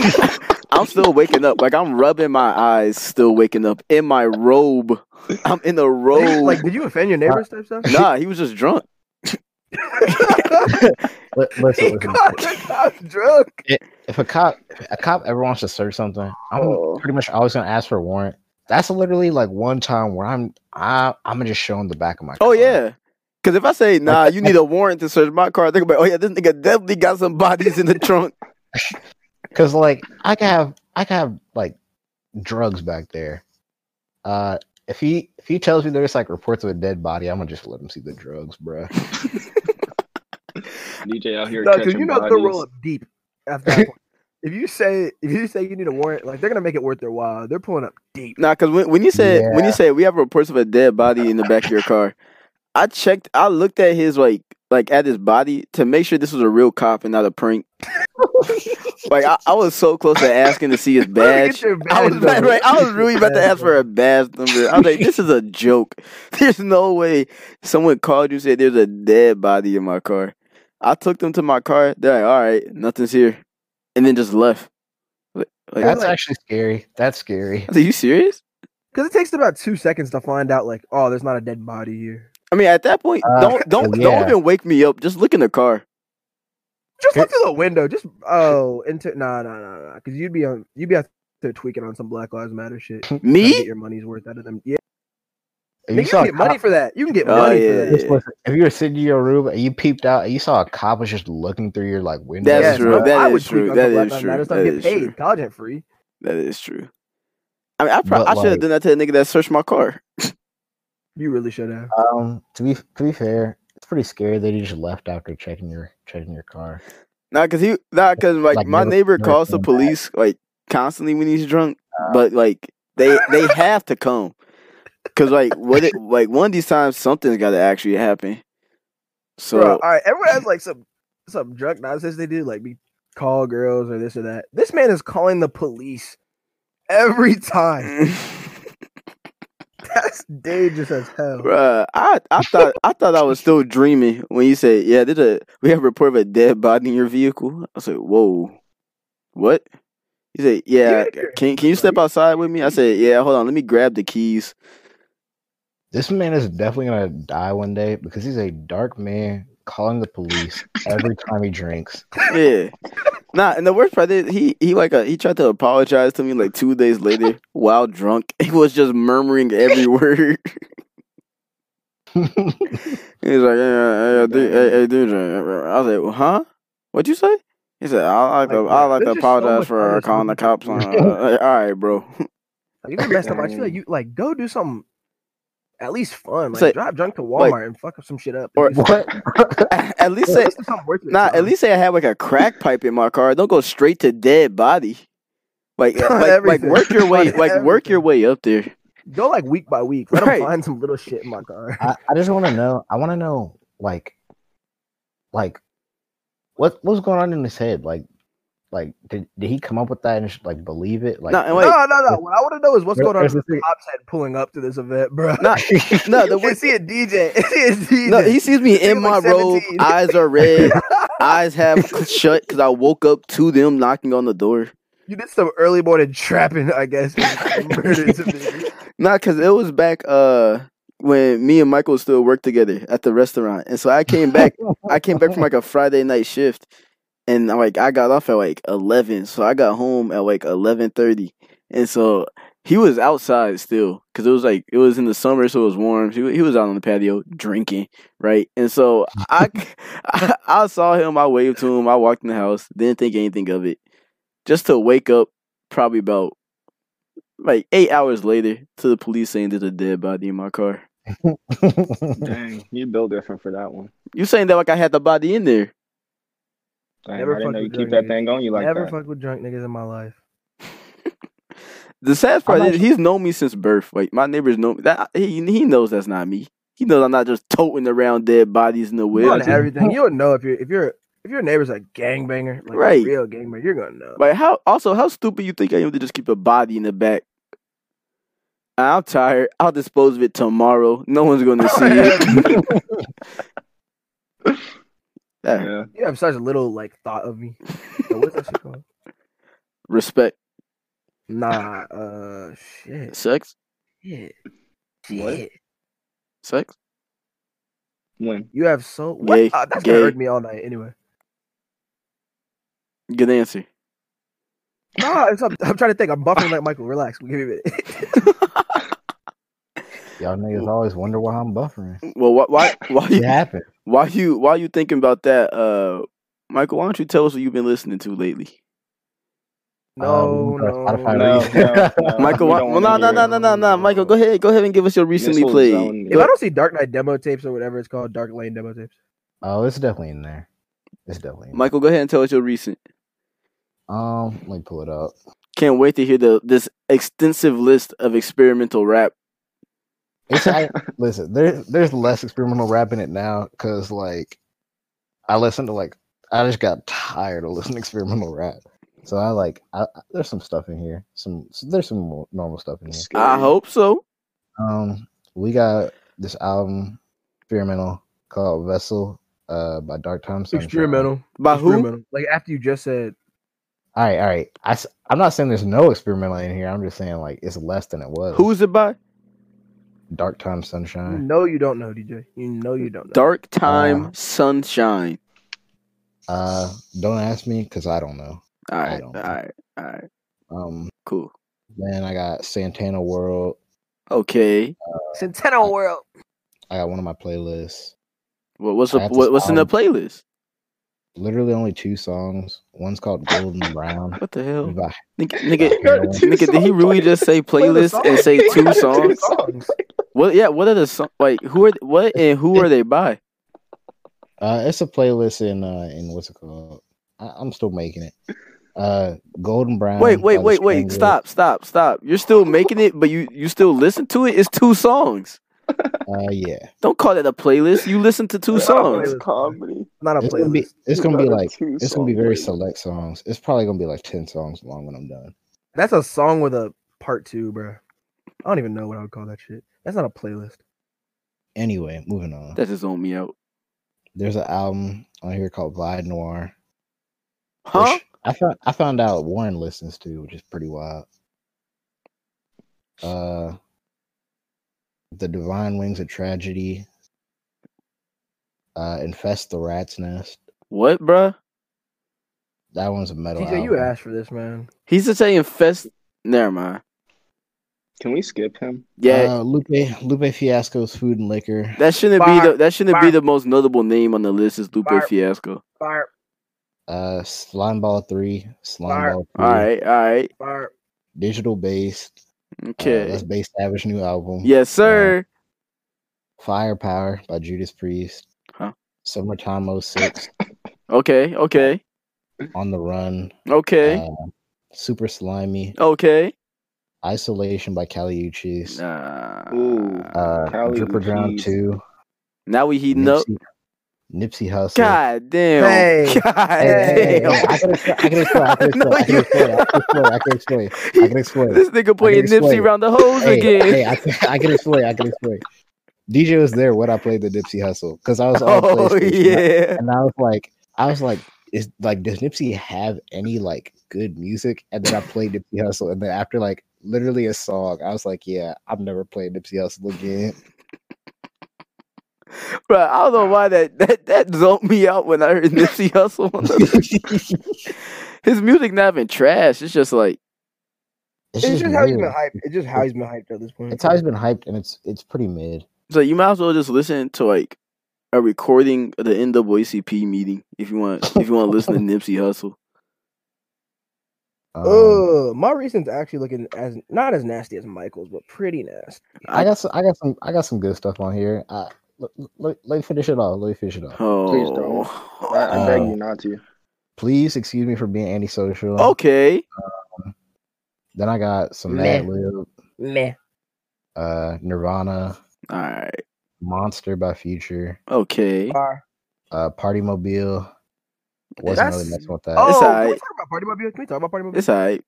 S1: I'm still waking up. Like I'm rubbing my eyes, still waking up in my robe. I'm in a robe.
S2: Like, did you offend your neighbors type stuff?
S1: Nah, he was just drunk.
S3: li-
S2: he
S3: listen, listen.
S2: got the cops drunk.
S3: If a cop if a cop ever wants to search something, I'm
S1: Oh.
S3: pretty much always gonna ask for a warrant. That's literally like one time where I'm I I'm just showing the back of my
S1: Oh
S3: car.
S1: yeah. Cause if I say nah, you need a warrant to search my car. Think about, oh yeah, this nigga definitely got some bodies in the trunk.
S3: Cause like I could have I could have like drugs back there. Uh if he if he tells me there's like reports of a dead body, I'm gonna just let him see the drugs, bruh.
S4: DJ out here
S2: No, because
S4: catching
S2: you know they're
S4: bodies.
S2: rolling deep after that point. If you say if you say you need a warrant, like they're gonna make it worth their while. They're pulling up deep.
S1: Nah, cause when, when you said when you said we have reports of a dead body in the back of your car, I checked. I looked at his like like at his body to make sure this was a real cop and not a prank. like I, I was so close to asking to see his
S2: Let me get
S1: badge.
S2: your
S1: I was
S2: badge number.
S1: right, I was really about to ask for a badge number. I was like, this is a joke. There's no way someone called you and said there's a dead body in my car. I took them to my car. They're like, all right, nothing's here, and then just left. Like, like,
S3: That's
S1: I
S3: actually scary. That's scary.
S1: was like, you serious?
S2: Because it takes about two seconds to find out, like, oh, there's not a dead body here.
S1: I mean, at that point,
S3: Uh,
S1: don't don't
S3: yeah.
S1: don't even wake me up. Just look in the car.
S2: Just look through the window. Just oh, into no, no, no, no. Because you'd be on, you'd be out there tweaking on some Black Lives Matter shit. Trying to get
S1: Me?
S2: your money's worth out of them. Yeah,
S3: If
S2: Nigga, you
S3: saw
S2: can
S3: a
S2: get money
S3: cop-
S2: for that. You can get
S1: Oh,
S2: money
S1: yeah,
S2: for that.
S1: yeah.
S3: just listen, if you were sitting in your room and you peeped out and you saw a cop was just looking through your like window.
S1: That's
S2: Yes,
S1: true.
S2: bro,
S1: That
S2: I
S1: is
S2: would tweak
S1: true.
S2: on
S1: That
S2: some Black
S1: is
S2: Lives
S1: true.
S2: Matter stuff,
S1: That
S2: get
S1: is
S2: paid.
S1: true.
S2: College ain't free.
S1: That is true. I mean, I, pro-
S3: But,
S1: I should have
S3: like-
S1: done that to the nigga that searched my car.
S2: You really should have.
S3: Um, to be to be fair, it's pretty scary that he just left after checking your checking your car.
S1: Nah, cause he, nah, cause like,
S3: Like,
S1: my
S3: never-
S1: neighbor
S3: never
S1: calls the
S3: came back.
S1: police like constantly when he's drunk,
S3: Uh.
S1: but like they they have to come, cause like what it like one of these times something's got to actually happen. So
S2: Bro, all right, everyone has like some some drunk nonsense they do, like be call girls or this or that. This man is calling the police every time. That's dangerous as hell.
S1: Bruh, I, I thought I thought I was still dreaming when you said, "Yeah, there's a we have a report of a dead body in your vehicle." I said, "Whoa, what?" He said, "Yeah,
S2: Yeah.
S1: can can you step outside with me?" I said, "Yeah, hold on, let me grab the keys."
S3: This man is definitely gonna die one day because he's a dark man calling the police every time he drinks.
S1: Yeah. Nah, and the worst part is he he like uh he tried to apologize to me like two days later while drunk. He was just murmuring every word. He was like, hey, hey, hey, dude, hey, hey, dude. uh, I was like, well, huh? What'd you say? He said, I like to,
S2: Like,
S1: I like to
S2: there's just so
S1: apologize
S2: much
S1: for
S2: other
S1: calling the cops on.
S3: stuff.
S1: Uh, all right, bro.
S2: Like, you messed up. I just feel like you like go do something at least fun. Like
S1: Say-
S2: drive drunk to Walmart
S1: like-
S2: and fuck up some shit up.
S1: Or-
S2: At least-
S3: what?
S1: at least
S2: at
S1: say,
S2: least do something worth it,
S1: nah. At
S2: son.
S1: least say I had like a crack pipe in my car. Don't go straight to dead body. Like,
S2: On
S1: like, like
S2: everything.
S1: work your way,
S2: On
S1: like work your
S2: everything.
S1: way up there.
S2: go like week by week. Let
S1: Right.
S2: them find some little shit in my car.
S3: I, I just want to know. I want to know, like, like, what what's going on in his head? Like, like, did, did he come up with that and just, like believe it? Like,
S1: No, and wait.
S2: no, no, no. What I want to know is what's
S3: There-
S2: going on
S3: there's
S2: with
S3: this
S2: the cops head pulling up to this event, bro.
S1: Nah, No, the
S2: You
S1: worst.
S2: see a DJ. It's a DJ.
S1: No, he sees me in
S2: nigga's
S1: my
S2: like
S1: robe.
S2: 17.
S1: Eyes are red. eyes have cl- shut because I woke up to them knocking on the door.
S2: you did some early morning trapping, I guess. and murdered some niggas.
S1: Nah, because it was back uh when me and Michael still worked together at the restaurant, and so I came back. I came back from like a Friday night shift, and I'm like I got off at like eleven, so I got home at like eleven thirty, and so he was outside still because it was like it was in the summer, so it was warm. He wa- he was out on the patio drinking, right? And so I I, I saw him. I waved to him. I walked in the house, didn't think anything of it, just to wake up probably about like eight hours later to the police saying there's a dead body in my car.
S4: Dang, you build different for that one.
S1: You saying that like I had the body in there?
S4: Dang,
S2: Never
S4: I didn't know
S2: fuck
S4: you
S2: with
S4: keep
S2: drug
S4: that thing on you like
S2: Never
S4: that.
S2: fucked with drunk niggas in my life.
S1: The sad part
S3: not
S1: is he's known me since birth. Like my neighbors know that he he knows that's not me. He knows I'm not just toting around dead bodies in the
S2: You
S1: woods.
S2: on everything. You don't know if you're if you're if your neighbor's a gangbanger, like
S1: Right.
S2: a real gangbanger, you're gonna know.
S1: Like how also how stupid you think I am to just keep a body in the back. I'm tired. I'll dispose of it tomorrow. No one's gonna see it. That-
S4: Yeah.
S2: You have such little like thought of me. So what's that shit called?
S1: respect
S2: Nah, uh, shit,
S1: sex.
S2: shit,
S4: What?
S2: shit.
S1: Sex?
S4: When?
S2: You have so what?
S1: Gay,
S2: Uh, that's
S1: gay.
S2: gonna hurt me all night anyway.
S1: Good answer.
S2: Nah, it's, I'm, I'm trying to think. I'm buffering like Michael. Relax. Give me a minute.
S3: Y'all niggas always wonder why I'm buffering.
S1: Well why why why you
S3: It happened.
S1: While you while you thinking about that, uh, Michael, why don't you tell us what you've been listening to lately?
S2: no,
S3: Um,
S2: no, no.
S3: Spotify
S4: No,
S3: reason.
S4: no, no.
S1: Michael,
S4: Uh, we
S1: why,
S4: don't
S1: well, no, no,
S4: wanna
S1: no,
S4: hear
S1: no, no, no, Michael, go ahead, go ahead and give us your recently
S4: Missile
S1: played.
S4: zone.
S2: If I
S1: Go-
S2: don't see Dark Knight demo tapes or whatever it's called, Dark Lane demo tapes.
S3: Oh, it's definitely in there. It's definitely in
S1: Michael, go ahead and tell us your recent.
S3: There. Um, let me pull it up.
S1: Can't wait to hear the this extensive list of experimental rap.
S3: It's I, listen. There's there's less experimental rap in it now because like I listened to like I just got tired of listening to experimental rap. So I like I, I- there's some stuff in here. Some there's some more normal stuff in here.
S4: Scary.
S1: I hope so.
S3: Um, we got this album experimental called Vessel uh by Dark Times.
S2: Experimental.
S1: By who?
S2: Experimental. Like after you just said,
S3: All right, all right. I s- I'm not saying there's no experimental in here. I'm just saying like it's less than it was.
S1: Who's it by?
S3: Dark Time
S2: you
S3: Sunshine?
S2: know you don't know DJ. You know you don't know.
S1: Dark Time
S3: Uh,
S1: Sunshine.
S3: Uh, don't ask me because I don't know.
S1: All right, all
S3: don't know.
S1: right, all right.
S3: Um,
S1: Cool.
S3: then I got Santana World.
S1: Okay.
S2: Centennial World.
S3: I got one of my playlists.
S1: Well, what's
S3: I
S1: up?
S3: got this
S1: What, what's in the
S3: album.
S1: playlist?
S3: Literally only two songs. One's called Golden Brown.
S1: What the hell,
S3: By,
S1: nigga? Nigga,
S3: You got two
S1: nigga did he really just say
S2: Play the
S1: playlist and
S2: song.
S1: say
S4: He
S1: two
S4: got two
S1: songs?
S4: songs.
S1: What? Yeah. What are the so- like? Who are th- what and who are they by?
S3: uh, it's a playlist in uh in what's it called? I, I'm still making it. Uh, Golden Brown.
S1: Wait,
S3: by
S1: wait,
S3: The
S1: wait, wait!
S3: Stranglers.
S1: Stop, stop, stop! You're still making it, but you you still listen to it. It's two songs.
S3: Uh, yeah.
S1: Don't call it a playlist. You listen to two
S4: It's
S1: songs.
S4: Comedy.
S2: Not a
S3: It's gonna be
S2: playlist.
S3: it's gonna be
S4: Another
S3: like
S4: two
S3: it's gonna be very
S4: songs.
S3: select songs. It's probably gonna be like ten songs long when I'm done.
S2: That's a song with a part two, bro. I don't even know what I would call that shit. That's not a playlist.
S3: Anyway, moving on.
S1: That just zoned me out.
S3: There's an album on here called Vibe Noir.
S1: Huh?
S3: which I found I found out Warren listens to, which is pretty wild. Uh, The Divine Wings of Tragedy, uh, Infest the Rat's Nest.
S1: What, bruh?
S3: That one's a metal.
S2: TJ, you
S3: album.
S2: asked for this, man.
S1: He used to say infest. Never mind.
S4: Can we skip him?
S1: Yeah,
S3: Uh, Lupe Lupe Fiasco's Food and Liquor.
S1: that shouldn't be
S2: Fire.
S1: the that shouldn't be
S2: Fire.
S1: the most notable name on the list. Is Lupe
S2: Fire.
S1: Fiasco?
S2: Fire,
S3: Uh, Slime Ball Three. Slime
S2: Fire.
S3: Ball. 3,
S1: All right, all right,
S2: fire.
S3: Digital based. Uh,
S1: okay.
S3: that's based Savage new album.
S1: yes, sir.
S3: Firepower by Judas Priest.
S1: Huh.
S3: Summertime 06.
S1: Okay, okay,
S3: On the Run.
S1: okay,
S3: uh, Super Slimy.
S1: okay.
S3: Isolation by Caliuchis.
S1: Nah.
S4: Ooh.
S3: Uh,
S4: Kali
S3: Dripper Drown
S4: Uchis.
S3: 2.
S1: Now we heating up.
S3: Nipsey, Nipsey Hussle.
S1: God damn.
S2: Hey.
S1: God
S3: Hey, hey, hey,
S1: damn.
S3: hey, I can explain. I can explain. I can
S1: No,
S3: explain. I
S1: you-
S3: can explain. I can explain. I can explain. I can explain.
S1: This nigga playing
S3: explain.
S1: Nipsey around the hose
S3: hey,
S1: again.
S3: hey, I, can, I can explain. I can explain. DJ was there when I played the Nipsey Hustle because I was on
S1: oh
S3: PlayStation,
S1: yeah.
S3: and I was like, I was like, is like, does Nipsey have any like good music? And then I played Nipsey Hustle, and then after like literally a song, I was like, yeah, I'm never playing Nipsey Hustle again.
S1: Bro, I don't know why that that that zoned me out when I heard Nipsey Hustle. On the,
S3: it's
S1: his music not even trash. It's just like
S2: It's just, how he's been
S3: weird.
S2: hyped. It's just how he's been hyped at this point.
S3: It's always been hyped, and it's it's pretty mid.
S1: so you might as well just listen to like a recording of the NAACP meeting if you want if you want to listen to Nipsey Hustle.
S3: Um,
S2: Oh, my recent's actually looking as not as nasty as Michael's, but pretty nasty.
S3: I got some, I got some, I got some good stuff on here. Uh, let, let, let me finish it all. Let me finish it all.
S1: Oh.
S4: don't. I, I beg
S3: Uh,
S4: you not to.
S3: Please excuse me for being antisocial.
S1: okay.
S3: Then I got some
S2: Meh.
S3: Mad Lib,
S2: Meh.
S3: uh, Nirvana,
S1: All right.
S3: Monster by Future,
S1: Okay.
S2: Fire.
S3: uh, Party Mobile. Wasn't really
S2: That's-
S3: messing with that.
S2: Oh,
S1: It's
S2: can we
S1: alright.
S2: talk about Party Mobile? Can we talk about Party Mobile?
S1: It's alright.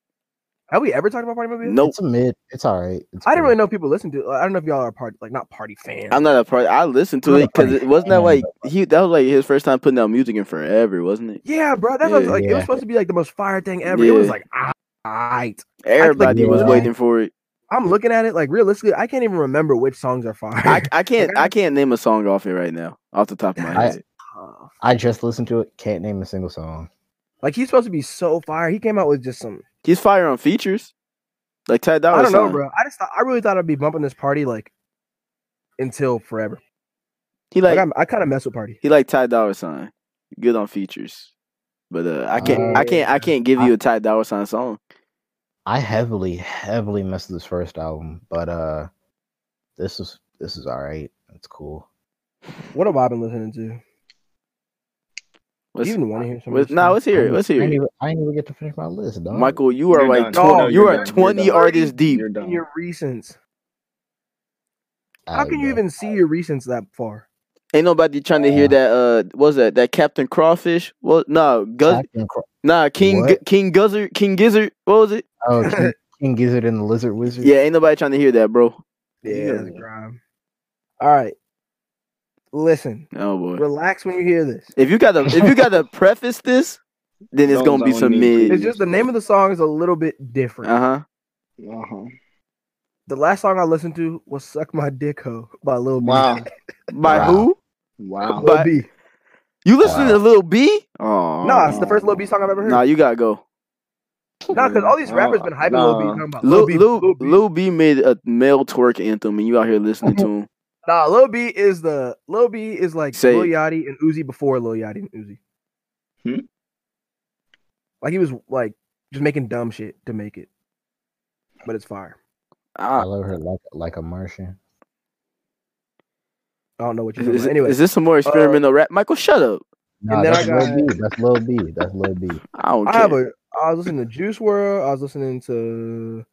S2: Have we ever talked about Party Mobile?
S1: Nope.
S3: It's a mid. It's all right. It's
S2: I didn't
S3: cool.
S2: really know if people listen to. it. I don't know if y'all are part like not party fans.
S1: I'm not a part. I listened to
S3: I'm
S1: it
S3: not a
S1: because
S3: party
S1: it wasn't that
S3: fan,
S1: like he that was like his first time putting out music in forever, wasn't it?
S2: Yeah, bro, that's what I was
S1: Yeah,
S2: like. It
S3: yeah.
S2: was supposed to be like the most fire thing ever. It was
S1: Yeah.
S2: like, ah, aight.
S1: Everybody was
S3: Yeah.
S1: waiting for it.
S2: I'm looking at it like realistically, I can't even remember which songs are fire.
S1: I, I can't I can't name a song off it right now off the top of my
S3: I-
S1: head.
S2: Oh.
S3: I just listened to it. Can't name a single song.
S2: like he's supposed to be so fire. He came out with just some.
S1: He's fire on features, like Ty Dolla
S2: I don't know,
S1: Sign.
S2: bro. I just thought I really thought I'd be bumping this party like until forever.
S1: He
S2: Like,
S1: like
S2: I'm, I kind of mess with party.
S1: he like Ty Dolla Sign. Good on features, but uh, I can't
S3: Uh,
S1: I can't I can't give you a Ty Dolla Sign song.
S3: I heavily, heavily messed with this first album, but uh, this is this is all right. It's cool.
S2: What have I been listening to? Do
S1: Let's,
S2: you even want to hear some?
S1: let's, nah, let's hear it.
S3: I
S1: Let's
S3: didn't
S1: hear it.
S3: even, I didn't even get to finish my list, dog.
S1: Michael, you are
S4: You're
S1: like
S4: done.
S1: tw-
S2: No,
S1: you
S2: you're
S1: are
S2: done. You're
S1: 20
S4: done.
S1: artists deep.
S4: You're done.
S2: your recents.
S3: All
S2: How
S3: right,
S2: can you
S3: bro.
S2: even see your recents that far?
S1: Ain't nobody trying to hear
S3: Yeah.
S1: that. Uh, what was that that Captain Crawfish? Well, no, Guz-
S3: Captain Cro-
S1: nah, King Gu-
S3: What?
S1: King Gizzard, King Gizzard. What was it?
S3: Oh, King, King Gizzard and the Lizard Wizard.
S1: Yeah, ain't nobody trying to hear that, bro.
S2: Yeah, that's grime. All right, listen.
S1: Oh boy.
S2: Relax when you hear this.
S1: If you gotta, if you gotta preface this, then it's
S4: Don't
S1: gonna be
S4: zone
S1: some
S4: me,
S1: mid.
S2: It's just the name of the song is a little bit different.
S1: Uh huh.
S4: Uh huh.
S2: The last song I listened to was "Suck My Dick Ho" by Lil B.
S4: Wow.
S1: By
S3: Wow.
S1: who?
S4: Wow.
S2: Lil
S1: But-
S2: B.
S1: You listening to Lil B? Oh,
S2: Nah, it's the first Lil B song I've ever heard.
S1: Nah, you gotta go.
S2: Nah, because all these rappers been hyping Lil B.
S4: Nah.
S2: Talking about
S1: Lil
S2: Lil,
S1: Lil
S2: B.
S1: Lil,
S2: Lil B.
S1: B made a male twerk anthem, and you out here listening to him.
S2: Nah, Lil B is the Lil B is like
S1: Say
S2: Lil
S1: it.
S2: Yachty and Uzi before Lil Yachty and Uzi.
S4: Hmm?
S2: Like he was like just making dumb shit to make it, but it's fire.
S3: I
S1: Ah,
S3: love her like like a Martian.
S2: I don't know what
S1: is,
S2: you're
S1: is-
S2: saying. Anyway, uh,
S1: is this some more experimental rap? Michael, shut up.
S3: Nah,
S2: And then I
S3: that's Lil B. That's Lil B. That's Lil B.
S1: I don't
S2: I
S1: care.
S2: have a. I was listening to Juice World. I was listening to.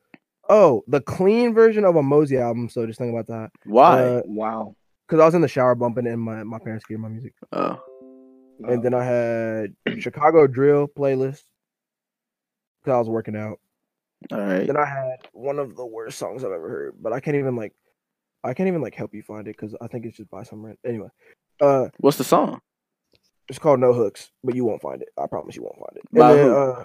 S2: Oh, the clean version of a Mosey album. So just think about that. Uh,
S1: Why?
S4: Wow.
S2: Because I was in the shower bumping and my, my parents could hear my music.
S1: Oh.
S2: And then I had Chicago Drill playlist because I was working out.
S1: all right.
S2: Then I had one of the worst songs I've ever heard, but I can't even like, I can't even like help you find it because I think it's just by some rent. Anyway, uh,
S1: What's the song?
S2: it's called No Hooks, but you won't find it. I promise you won't find it. And
S1: By
S2: then,
S1: who?
S2: uh,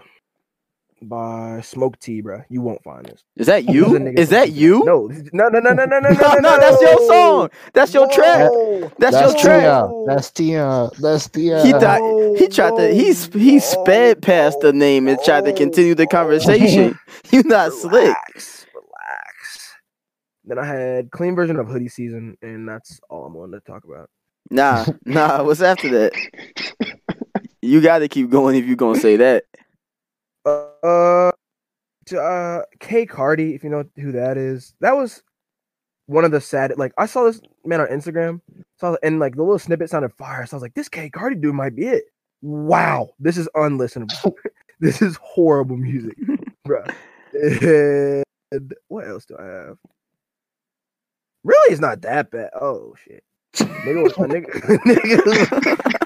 S2: by Smoke T, bro. You won't find this.
S1: Is that
S2: This a
S1: you?
S2: nigga
S1: Is
S2: from-
S1: that you?
S2: No, this is- no, no, no, no, no, no, no,
S1: no,
S2: no,
S1: no, that's your song. That's your track.
S2: No.
S1: That's,
S3: That's uh,
S1: your track.
S3: Tia. That's Tia. That's Tia.
S1: He thought he tried to he sp- he
S2: No,
S1: sped past the name and tried to
S2: no,
S1: continue the
S2: no.
S1: conversation. you not slick.
S2: Relax, relax. Then I had clean version of hoodie season, and that's all I'm wanting to talk about.
S1: Nah, nah. What's after that? You got to keep going if you're gonna say that.
S2: Uh, to, uh, K Cardi, if you know who that is, that was one of the sad. Like I saw this man on Instagram, saw and like the little snippet sounded fire. So I was like, this K Cardi dude might be it. Wow, this is unlistenable. this is horrible music, bro. And what else do I have? Really, it's not that bad. Oh shit. nigga was, a, nigga, a, nigga was,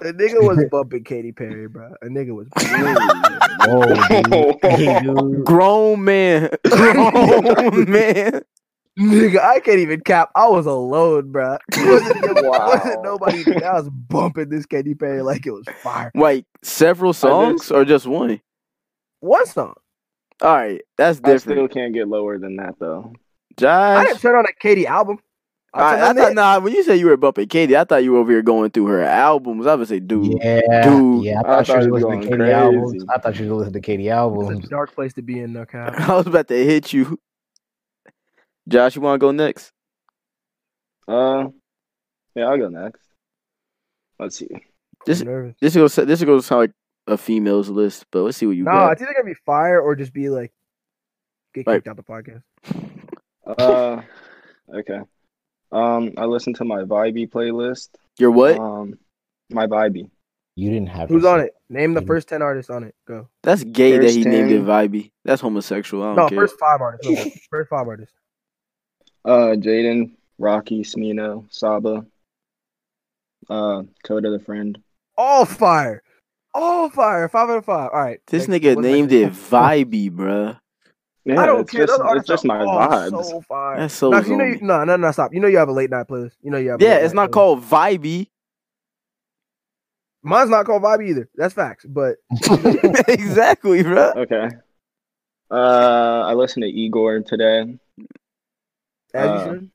S2: a nigga was bumping Katy Perry, bro. A nigga was
S3: uh, Whoa, dude. Hey, dude.
S1: Grown man, grown man.
S2: Nigga, I can't even cap. I was alone, bruh. Wasn't, it
S4: Wow.
S2: wasn't nobody. I was bumping this Katy Perry like it was fire.
S1: Like several songs or just one?
S2: One song.
S1: All right, that's
S4: I still
S1: different.
S4: can't get lower than that though.
S2: I
S1: Josh,
S2: didn't turn on a Katy album.
S1: I, I,
S2: turned on
S1: thought
S2: it.
S1: nah. When you say you were bumping Katie, I thought you were over here going through her albums. I would say, dude,
S3: Yeah,
S1: Dude.
S3: yeah. I
S4: I
S3: thought,
S4: thought
S3: she
S4: he
S3: was
S4: was
S3: listening to
S4: going
S3: Katie albums.
S4: crazy.
S3: I thought she was listening to Katie
S2: It's
S3: albums.
S2: a dark place to be in, no cap.
S1: I was about to hit you. Josh, you want to go next?
S4: Uh, yeah, I'll go next. Let's see.
S1: This-
S2: I'm nervous.
S1: This is gonna this is gonna sound like a females list, but let's see what you
S2: No,
S1: got.
S2: it's either gonna be fire or just be like get kicked
S1: Like-
S2: out the podcast.
S4: Uh, okay. Um, I listened to my vibey playlist.
S1: Your what?
S2: uh,
S4: Um, my vibey.
S3: You didn't have to
S2: Who's
S3: say-
S2: on it? Name the
S1: Mm.
S3: Mhm.
S2: first ten artists on it. Go.
S1: That's gay that
S4: first
S1: he named it
S4: ten.
S1: Vibey. That's homosexual. I
S2: No,
S1: don't care.
S2: first five artists. no, first five artists.
S4: Uh, Jaden, Rocky, Smino, Saba. Uh, Coda the friend.
S2: All fire. All fire. Five out of five. All right.
S1: This
S2: next-
S1: nigga
S2: what's
S1: named
S2: next?
S1: it Vibey, bruh.
S4: Yeah,
S2: I don't
S4: it's
S2: care.
S4: Just,
S2: Those
S4: it's
S2: artists
S4: just my
S2: are all
S4: vibes.
S2: so fire.
S1: That's so
S2: No, 'cause you know you,
S1: zoomy.
S2: no, no, no, stop. You know you have a late night playlist. You know you have. a
S1: Yeah,
S2: late
S1: it's
S2: night
S1: not
S2: playlist.
S1: called Vibey.
S2: Mine's not called Bobby either. That's facts. But
S1: exactly, bruh.
S4: Okay. Uh, I listened to Igor today.
S2: as
S4: Uh,
S2: you should,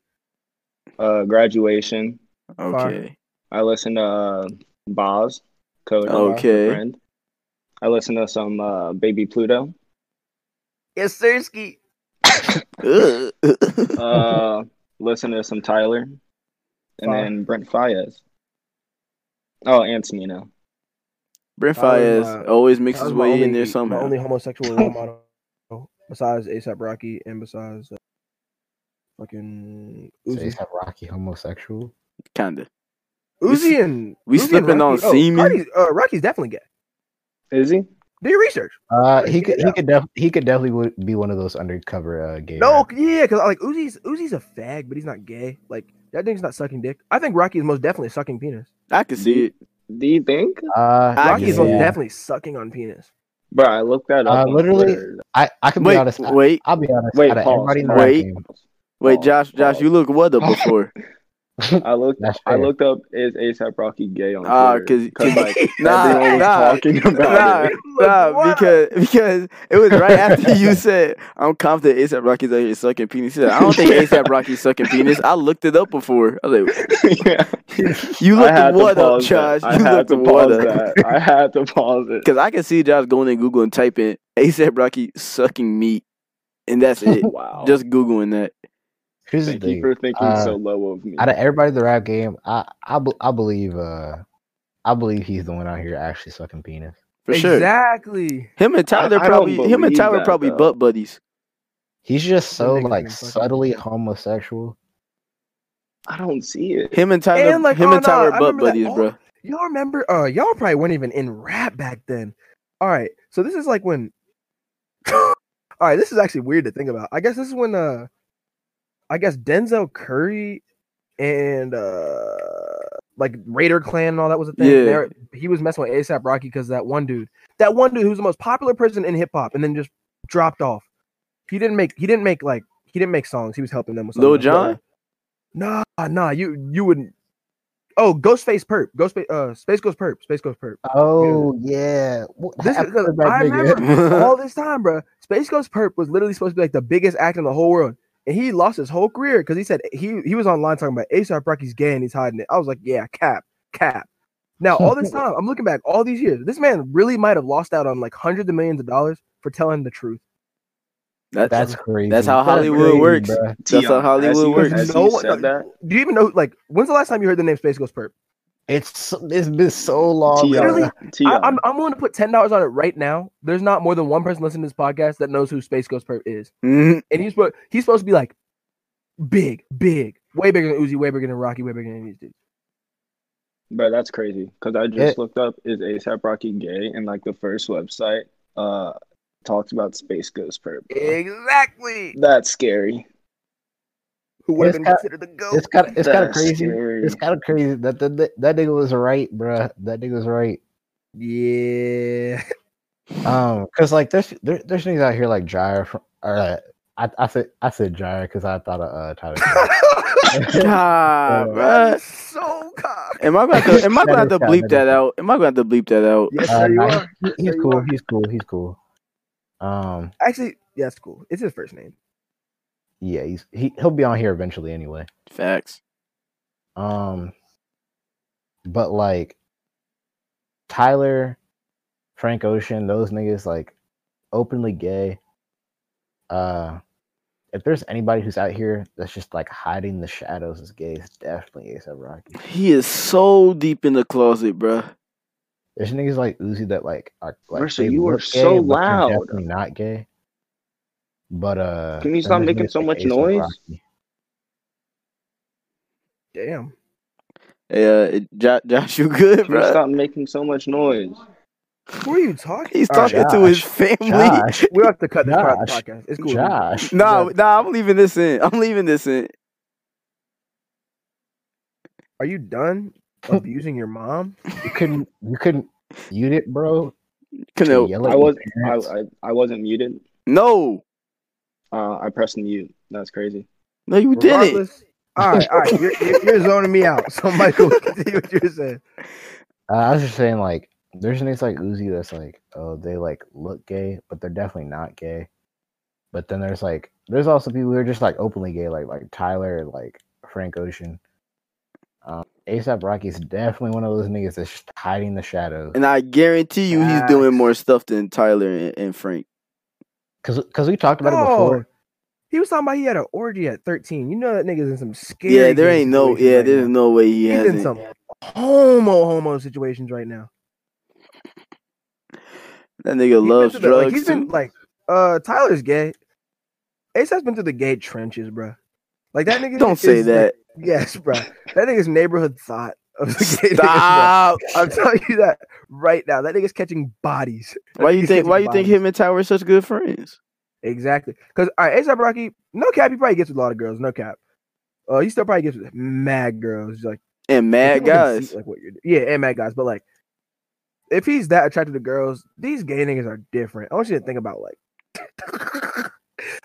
S4: Uh, graduation.
S1: Okay.
S4: I listened to uh, Boz, Coda,
S1: Okay.
S4: the friend. I listened to some uh, Baby Pluto.
S2: yes, Sirski.
S1: Ugh.
S4: Uh, listen to some Tyler, and
S2: Fire.
S4: then Brent Fayez. Oh, and Smino.
S1: Brent
S2: That
S1: Fayez
S2: was my-
S1: always makes
S2: That was
S1: his
S2: my
S1: way
S2: only,
S1: in there
S2: My
S1: somehow.
S2: only homosexual role model, besides ASAP Rocky and besides uh, fucking
S3: Say
S2: Uzi.
S3: he's not Rocky homosexual.
S1: Kinda. we s-
S2: Uzi and
S1: we
S2: Uzi and
S1: slipping on
S2: Rocky. oh,
S1: semen?
S2: Cardi's- uh, Rocky's definitely gay.
S4: Is he?
S2: Do your research.
S3: Uh, he could
S2: Yeah.
S3: he could def- he could definitely would be one of those undercover uh, gay.
S2: No,
S3: rappers.
S2: yeah, because like Uzi's Uzi's a fag, but he's not gay. Like that thing's not sucking dick. I think Rocky is most definitely sucking penis.
S1: I can see it.
S4: Do you think?
S3: uh,
S1: I
S2: Rocky's
S1: can-
S2: most
S3: yeah.
S2: definitely sucking on penis.
S4: Bro, I looked that
S3: Uh,
S4: up. on
S3: literally-
S4: Twitter.
S3: I I can be
S1: Wait,
S3: honest. I,
S1: wait,
S3: I'll be honest.
S4: Wait,
S3: out of
S4: pause.
S3: everybody in the
S4: pause,
S3: rap
S1: Wait.
S3: game,
S1: wait,
S4: pause,
S1: Josh, Josh,
S4: pause.
S1: you look what up before?
S4: I looked.
S3: That's
S4: I
S3: fair.
S4: looked up is ASAP Rocky gay on
S1: Ah,
S4: Twitter
S1: 'cause-
S4: like
S1: Nah,
S4: everyone was
S1: nah,
S4: talking about
S1: Nah,
S4: it.
S1: nah,
S2: Like, what?
S1: because because it was right after you said I'm confident ASAP Rocky's out here sucking penis. He said, I don't think ASAP Rocky's sucking penis. I looked it up before. I was like,
S4: yeah,
S1: you
S4: I
S1: looked
S4: had
S1: the
S4: to
S1: what up,
S4: pause
S1: Josh?
S4: that. I
S1: You
S4: had
S1: looked
S4: to
S1: the
S4: pause
S1: what up?
S4: that. I had to pause it.
S1: Because I can see Josh going in Google and typing ASAP Rocky sucking meat, and that's it.
S4: Wow.
S1: Just googling that.
S3: Here's the
S4: thank you
S3: thing.
S4: for thinking
S3: Uh,
S4: so low of me.
S3: Out of everybody in the rap game, I I, be- I believe uh I believe he's the one out here actually sucking penis.
S1: For sure.
S2: Exactly.
S1: Him and
S4: I-
S1: Tyler
S4: I don't
S1: probably him and
S4: believe
S1: Tyler
S4: that,
S1: probably
S4: though.
S1: butt buddies.
S3: He's just so
S2: nigga's
S3: like
S2: been fucking-
S3: subtly homosexual.
S4: I don't see it.
S1: Him and Tyler
S2: And, like,
S1: him
S2: oh,
S1: and Tyler
S2: nah, I
S1: butt
S2: remember that.
S1: buddies,
S2: Oh,
S1: bro.
S2: Y'all remember? Uh, y'all probably weren't even in rap back then. All right, so this is like when. All right, this is actually weird to think about. I guess this is when uh, I guess Denzel Curry and uh, like Raider Clan and all that was a thing.
S1: Yeah.
S2: They're- he was messing with ASAP Rocky because that one dude, that one dude who's the most popular person in hip hop, and then just dropped off. He didn't make. He didn't make like. He didn't make songs. He was helping them with
S1: Lil
S2: something else.
S1: Jon?
S2: Nah, nah. You you wouldn't. Oh, Ghostface Perp. Ghostface. Uh, Space Ghost Perp. Space Ghost Perp.
S3: Oh yeah. What
S2: This is,
S3: happened to
S2: 'cause
S3: that
S2: I
S3: nigga?
S2: remember all this time, bro. Space Ghost Perp was literally supposed to be like the biggest act in the whole world, and he lost his whole career because he said he he was online talking about ASAP Rocky's gay and he's hiding it. I was like, yeah, cap, cap. Now all this time, I'm looking back all these years. This man really might have lost out on like hundreds of millions of dollars for telling the truth.
S1: That's
S3: That's crazy.
S1: that's how Hollywood
S3: crazy,
S1: works.
S3: bruh.
S1: That's how
S4: Tion,
S1: Hollywood
S4: as he-
S1: works.
S4: as he
S2: No one-
S4: said that,
S2: Do you even know like when's the last time you heard the name Space Ghost Perp?
S3: It's it's been so long.
S4: Tion,
S2: Really?
S3: Really?
S4: Tion,
S2: I, I'm I'm willing to put ten dollars on it right now. There's not more than one person listening to this podcast that knows who Space Ghost Perp is.
S1: Mhm.
S2: and he's supposed he's supposed to be like big, big, way bigger than Uzi, way bigger than Rocky, way bigger than these dudes.
S4: bro, that's crazy. Because I just
S3: It-
S4: looked up is ASAP Rocky gay, and like the first website uh talks about Space Ghost Perp. bro.
S2: Exactly.
S4: That's scary.
S2: Who
S3: would've been It's
S2: considered the goat?
S3: It's kind of it's kind of
S4: That's
S3: crazy.
S4: scary.
S3: It's kind of crazy that that that- that nigga was right, bruh. That nigga was right.
S2: Yeah.
S3: Um, cause like there's there, there's niggas out here like Gyre from or uh, I I said I said Gyre because I thought of uh Tyler. Perry.
S1: God,
S3: Uh,
S1: bruh.
S2: so cock.
S1: Am I gonna have to, am I gonna have to
S3: That is
S1: bleep
S3: kinda-
S1: that out? Am I gonna have to bleep that out?
S2: Yes,
S3: Uh,
S2: sir, you
S3: nah,
S4: Um,
S2: are.
S3: he- he's
S2: There you
S3: cool.
S2: are.
S3: He's cool. He's cool. Um,
S2: Actually, yeah, it's cool. It's his first name.
S3: yeah, he's he he'll be on here eventually anyway.
S1: Facts.
S3: Um, but like Tyler, Frank Ocean, those niggas like openly gay. Uh, if there's anybody who's out here that's just like hiding the shadows as gay, it's definitely ASAP Rocky.
S1: He is so deep in the closet, bruh.
S3: There's niggas like Uzi that like are like
S4: Mercer,
S3: they
S4: you are
S3: look
S4: so
S3: but they're
S4: loud.
S3: Definitely not gay. But uh,
S4: Can you
S3: then
S4: stop
S3: there's
S4: making
S3: niggas
S4: so much
S3: A$AP
S4: noise?
S3: Rocky.
S2: Damn.
S1: Yeah, Josh, uh, Josh you good,
S4: Can you
S1: bruh?
S4: stop making so much noise?
S2: Who are you talking?
S1: He's
S2: All right,
S1: talking to his family.
S3: Josh,
S2: We'll have to cut this part of the
S3: Josh.
S2: podcast. It's cool.
S3: Josh,
S1: Nah,
S2: Josh.
S1: nah, I'm leaving this in. I'm leaving this in.
S2: Are you done abusing your mom?
S3: you couldn't, you couldn't mute it, bro. to
S1: Cano.
S3: yell at
S4: I
S3: your
S4: was I,
S3: parents?
S4: I, I wasn't muted.
S1: No,
S4: Uh, I pressed mute. That's crazy.
S1: no, you didn't.
S2: Regardless- All right, all right. You're, you're, you're zoning me out. So, Michael, continue what you're saying.
S3: Uh, I was just saying, like, there's niggas like Uzi that's like, oh, they like look gay, but they're definitely not gay. But then there's like, there's also people who are just like openly gay, like like Tyler, like Frank Ocean. Um, ASAP Rocky's definitely one of those niggas that's just hiding the shadows.
S1: And I guarantee you, he's doing more stuff than Tyler and, and Frank.
S3: Cause, cause we talked about it
S2: No.
S3: before.
S2: He was talking about he had an orgy at 13. You know that nigga's in some scary.
S1: Yeah, there ain't no.
S2: situations
S1: Yeah,
S2: right
S1: there's
S2: now.
S1: no way he
S2: He's in
S1: hasn't.
S2: some homo homo situations right now.
S1: That nigga
S2: He's been
S1: loves
S2: through the- like,
S1: drugs.
S2: he's been
S1: too.
S2: like, uh, Tyler's gay. ASAP's been through the gay trenches, bruh. Like that nigga.
S1: Don't say
S2: is the-
S1: that.
S2: yes, bruh. That nigga's neighborhood thought of the gay. niggas, bruh.
S1: Stop.
S2: I'm telling you that right now. That nigga's catching bodies. That
S1: Why you
S2: nigga's
S1: think? Why
S2: catching
S1: you think
S2: bodies.
S1: him and Tyler are such good friends?
S2: Exactly. Because all right, ASAP Rocky, no cap, he probably gets with a lot of girls. No cap. Uh, he still probably gets with mad girls. Just like.
S1: And mad
S2: Like, people can see,
S1: guys.
S2: like what you're, yeah, and mad guys. But like, if he's that attracted to girls, these gay niggas are different. I want you to think about like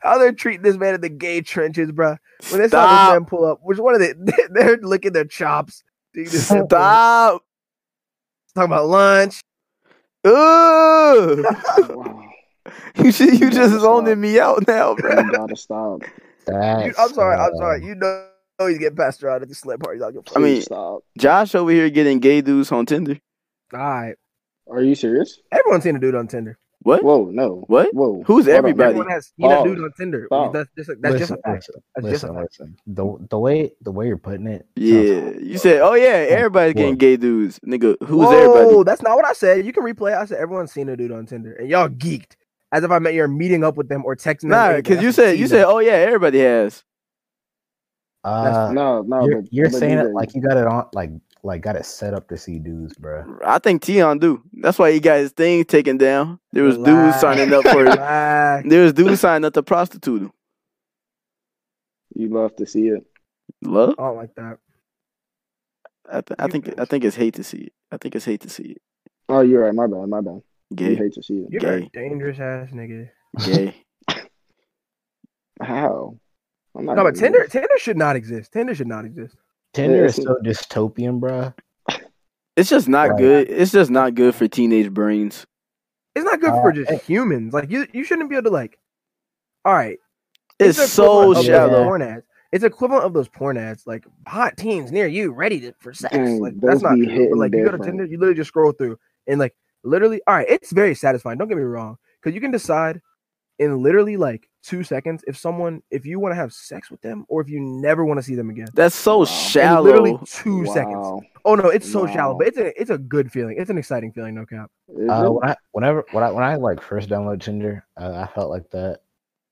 S2: how they're treating this man in the gay trenches, bruh. When they saw this
S1: Stop.
S2: man pull up, which one of they? They're licking their chops. Dude, this man pull up,
S1: Stop.
S2: Talking about lunch.
S1: Ooh.
S2: Oh,
S4: Wow.
S1: You should, you
S4: No,
S1: just
S4: stop.
S1: zoning me out now,
S4: you
S1: bro.
S4: gotta stop.
S2: Dude,
S3: That's,
S2: I'm sorry. I'm sorry.
S3: uh,
S2: You know. He's getting passed around at the slip parties. I'll get
S1: I mean-
S4: Please stop.
S1: Josh over here getting gay dudes on Tinder.
S2: all right.
S4: Are you serious?
S2: Everyone's seen a dude on Tinder.
S1: What?
S4: Whoa, no.
S1: What?
S4: Whoa.
S1: Who's
S4: Hold on.
S1: everybody?
S2: Everyone has seen a dude
S4: Pause.
S2: on Tinder.
S4: Pause.
S2: That's just a, that's just a
S3: listen,
S2: fact.
S3: listen,
S2: That's just a
S3: listen,
S2: fact.
S3: listen. The the way the way you're putting it, sounds
S1: Yeah, you said, oh yeah, everybody's getting
S3: What?
S1: gay dudes, nigga. Who's
S2: Whoa,
S1: everybody?
S2: that's not what I said. You can replay. it. I said everyone's seen a dude on Tinder, and y'all geeked as if I meant you're meeting up with them or texting. them or
S1: Nah,
S2: anything.
S1: because you
S2: That's what
S1: said you
S2: said.
S1: said, oh yeah, everybody has.
S3: uh,
S4: No, no.
S3: you're,
S4: but,
S3: you're
S4: but
S3: saying
S4: these
S3: it
S4: are-
S3: like you got it on like like got it set up to see dudes, bro.
S1: I think Tion do. That's why he got his thing taken down. There was dudes
S2: Relax.
S1: signing up for.
S2: Relax.
S1: There was dudes signing up to prostitute him.
S4: you love to see it.
S1: Love.
S2: I don't like that.
S1: I, th- I think I think it's hate to see it. I think it's hate to see it.
S4: Oh, you're right. My bad. My bad. You
S1: Gay,
S4: hate to see it.
S2: You're a
S1: Gay.
S2: dangerous ass nigga.
S1: gay.
S4: How? I'm not
S2: No, but
S4: doing
S2: Tinder,
S4: this.
S2: Tinder should not exist. Tinder should not exist.
S3: Tinder is
S4: it's-
S3: so dystopian, bruh.
S1: It's just not
S3: Right.
S1: good. It's just not good for teenage brains.
S2: It's not good
S3: Uh,
S2: for just humans. Like you, you shouldn't be able to like. All right,
S1: It's, so
S2: equivalent of those
S1: shallow.
S2: Porn ads. It's equivalent of those porn ads, like hot teens near you, ready to, for sex.
S4: Dang,
S2: like that's
S4: those
S2: not
S4: Mm, be
S2: true. But, like you go to
S4: hitting
S2: Tinder, you literally just scroll through and like literally. All right, it's very satisfying. Don't get me wrong, because you can decide in literally like two seconds if someone, if you want to have sex with them or if you never want to see them again.
S1: That's so
S4: Wow.
S2: In
S1: shallow.
S2: literally two seconds.
S4: Wow.
S2: Oh no, it's so shallow,
S4: Wow.
S2: but it's a it's a good feeling. It's an exciting feeling, no cap.
S4: Is
S3: Uh,
S4: it?
S3: when I, whenever when I when I like first downloaded Tinder, uh, I felt like that,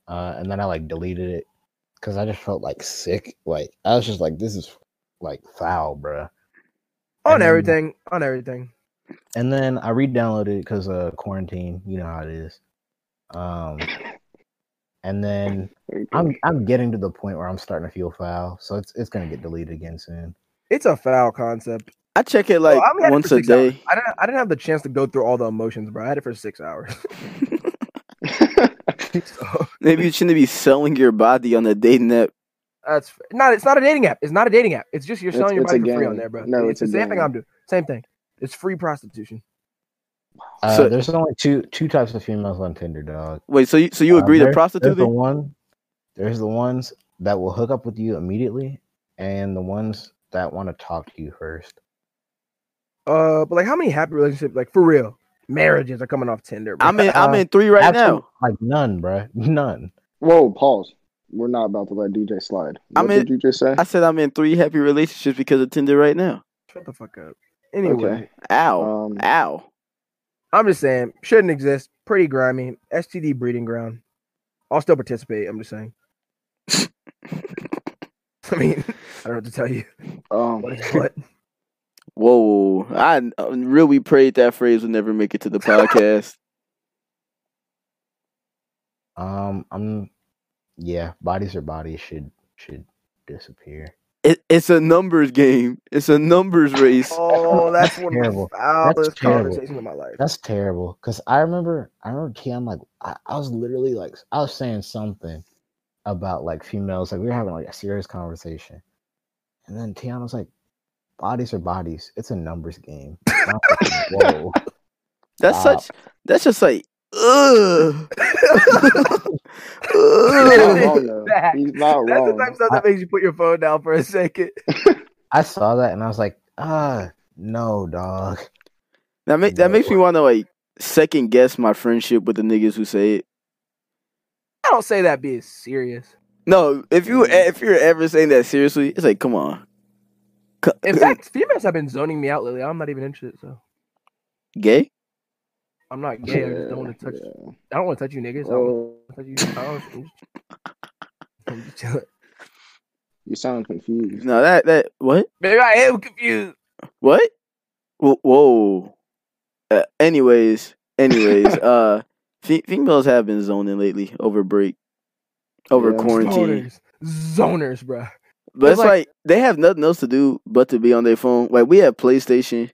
S3: uh, and then I like deleted it because I just felt like sick. Like I was just like, this is like foul, bruh.
S2: On
S3: And then-
S2: everything, on everything.
S3: And then I re-downloaded it because of quarantine. You know how it is. Um, and then
S4: Okay.
S3: I'm I'm getting to the point where I'm starting to feel foul, so it's it's gonna get deleted again soon.
S2: It's a foul concept.
S1: I check it
S2: Bro,
S1: like
S2: I'm at it
S1: once
S2: for
S1: a
S2: six hours.
S1: day.
S2: I didn't. I didn't have the chance to go through all the emotions, bro. I had it for six hours. So,
S1: Maybe you shouldn't be selling your body on a dating app.
S2: that's f- not. It's not a dating app. It's not a dating app. It's just you're
S4: It's-
S2: selling your
S4: it's
S2: body
S4: a
S2: for free on
S4: game.
S2: there, bro.
S4: No,
S2: it's,
S4: it's a
S2: the same thing
S4: game.
S2: I'm doing. Same thing. It's free prostitution.
S3: Uh,
S1: So-
S3: there's only two two types of females on Tinder, dog.
S1: Wait, so you so you
S3: Uh,
S1: agree to
S3: there- There's the
S1: prostituting?
S3: one. There's the ones that will hook up with you immediately, and the ones that want to talk to you first.
S2: Uh, but like, how many happy relationships, like for real, marriages are coming off Tinder? Bro.
S1: I'm in I'm in three right
S3: Uh, Absolute-
S1: now.
S3: like none, bruh, none.
S4: Whoa, pause. We're not about to let DJ slide.
S1: I
S4: What
S1: mean-
S4: did you just say?
S1: I said I'm in three happy relationships because of Tinder right now.
S2: Shut the fuck up. Anyway,
S4: Okay.
S1: Ow.
S4: Um,
S1: Ow.
S2: I'm just saying, shouldn't exist. Pretty grimy. STD breeding ground. I'll still participate. I'm just saying. I mean, I don't know what to tell you.
S4: um,
S2: What is what?
S1: Whoa. I uh, really prayed that phrase would never make it to the podcast.
S3: Um, I'm. Yeah, bodies are bodies should should disappear.
S1: it, it's a numbers game. It's a numbers race.
S2: Oh, that's one
S3: terrible.
S2: of the foulest
S3: terrible.
S2: conversations of my life.
S3: That's terrible. Cause I remember, I remember T. I'm like, I, I was literally like, I was saying something about like females. Like we were having like a serious conversation, and then Tiana was like, "Bodies are bodies. It's a numbers game." And I was like, Whoa.
S1: That's
S3: Stop.
S1: such. That's just like. Ugh.
S4: he's
S1: Ugh.
S4: not wrong, though.
S2: Back.
S4: He's not
S2: That's the
S4: wrong.
S2: type of stuff that makes you put your phone down for a second.
S3: I saw that and I was like, ah, no, dog.
S1: That ma- that makes me want to like second guess my friendship with the niggas who say it.
S2: I don't say that being serious.
S1: No, if you if you're ever saying that seriously, it's like come on. C-
S2: In fact, females have been zoning me out lately. I'm not even interested, so
S1: gay.
S2: I'm not gay. I just don't want to touch. I don't want to touch you, niggas. I don't
S4: Oh,
S2: want to touch you. I don't, I'm just, I'm just chilling.
S4: you sound confused.
S1: No, that that what
S2: Maybe I am confused.
S1: what? Wh- Whoa. Uh, anyways, anyways, uh, fe- females have been zoning lately over break, over
S4: Yeah.
S1: quarantine.
S2: Zoners, zoners, bro.
S1: But
S2: It's
S1: it's like,
S2: like-
S1: they have nothing else to do but to be on their phone. Like we have PlayStation,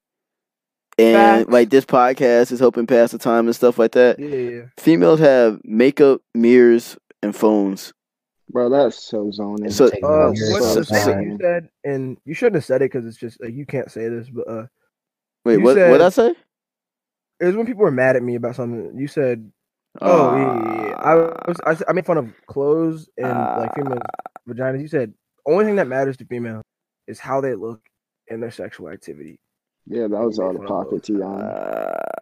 S1: and
S2: Facts.
S1: like this podcast is helping pass the time and stuff like that.
S2: Yeah, yeah.
S1: Females have makeup, mirrors, and phones.
S4: Bro, that's so zoning.
S1: So-
S3: Taking
S2: Uh,
S3: years
S2: what's the
S3: of time.
S2: thing you said? And you shouldn't have said it because it's just like, you can't say this, but uh,
S1: Wait,
S2: You
S1: what? What
S2: said-
S1: I say?
S2: it was when people were mad at me about something. You said Oh yeah, yeah, yeah. I
S1: Uh,
S2: was I, s- I made fun of clothes and like female vaginas. You said only thing that matters to females is how they look and their sexual activity.
S4: yeah, that was out of pocket,
S1: Ah.
S4: Tion.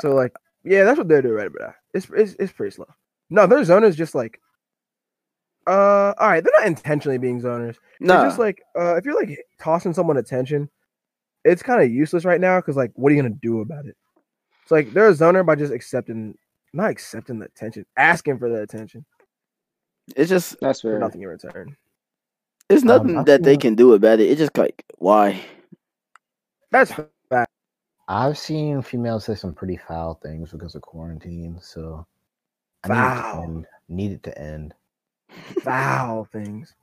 S2: So like yeah, that's what they're doing right about. It's it's it's pretty slow. No, their zoners just like uh all right, they're not intentionally being zoners.
S1: no,
S2: They're just like uh if you're like tossing someone attention, it's kind of useless right now because like what are you gonna do about it? It's like they're a zoner by just accepting not accepting the attention, asking for the attention
S1: it's just
S4: That's
S2: for
S4: fair.
S2: nothing in return.
S1: it's
S3: Um,
S1: nothing
S3: I
S1: that they
S3: feel-
S1: can do about it. It's just like why?
S2: That's f- fact.
S3: I've seen females say some pretty foul things because of quarantine, so
S2: Foul.
S3: I need it to end.
S2: Foul things.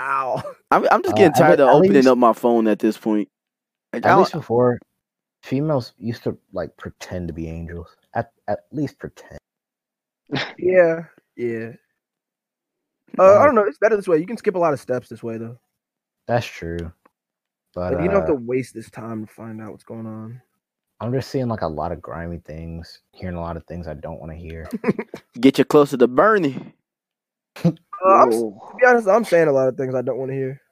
S2: Ow.
S1: I'm I'm just
S3: Uh,
S1: getting
S3: at
S1: tired
S3: le-
S1: of
S3: at
S1: opening
S3: least-
S1: up my phone at this point. Like,
S3: Need it to end. At
S1: I
S3: least
S1: don't,
S3: before, females used to like pretend to be angels. At at least pretend.
S2: Yeah. Yeah. Uh, I don't know. It's better this way. You can skip a lot of steps this way, though.
S3: That's true. But
S2: Like, you don't have
S3: uh,
S2: to waste this time to find out what's going on.
S3: I'm just seeing like a lot of grimy things, hearing a lot of things I don't want to hear.
S1: Get you closer to Bernie.
S2: Uh, I'm, s-
S4: Whoa.
S2: to be honest, I'm saying a lot of things I don't want to hear.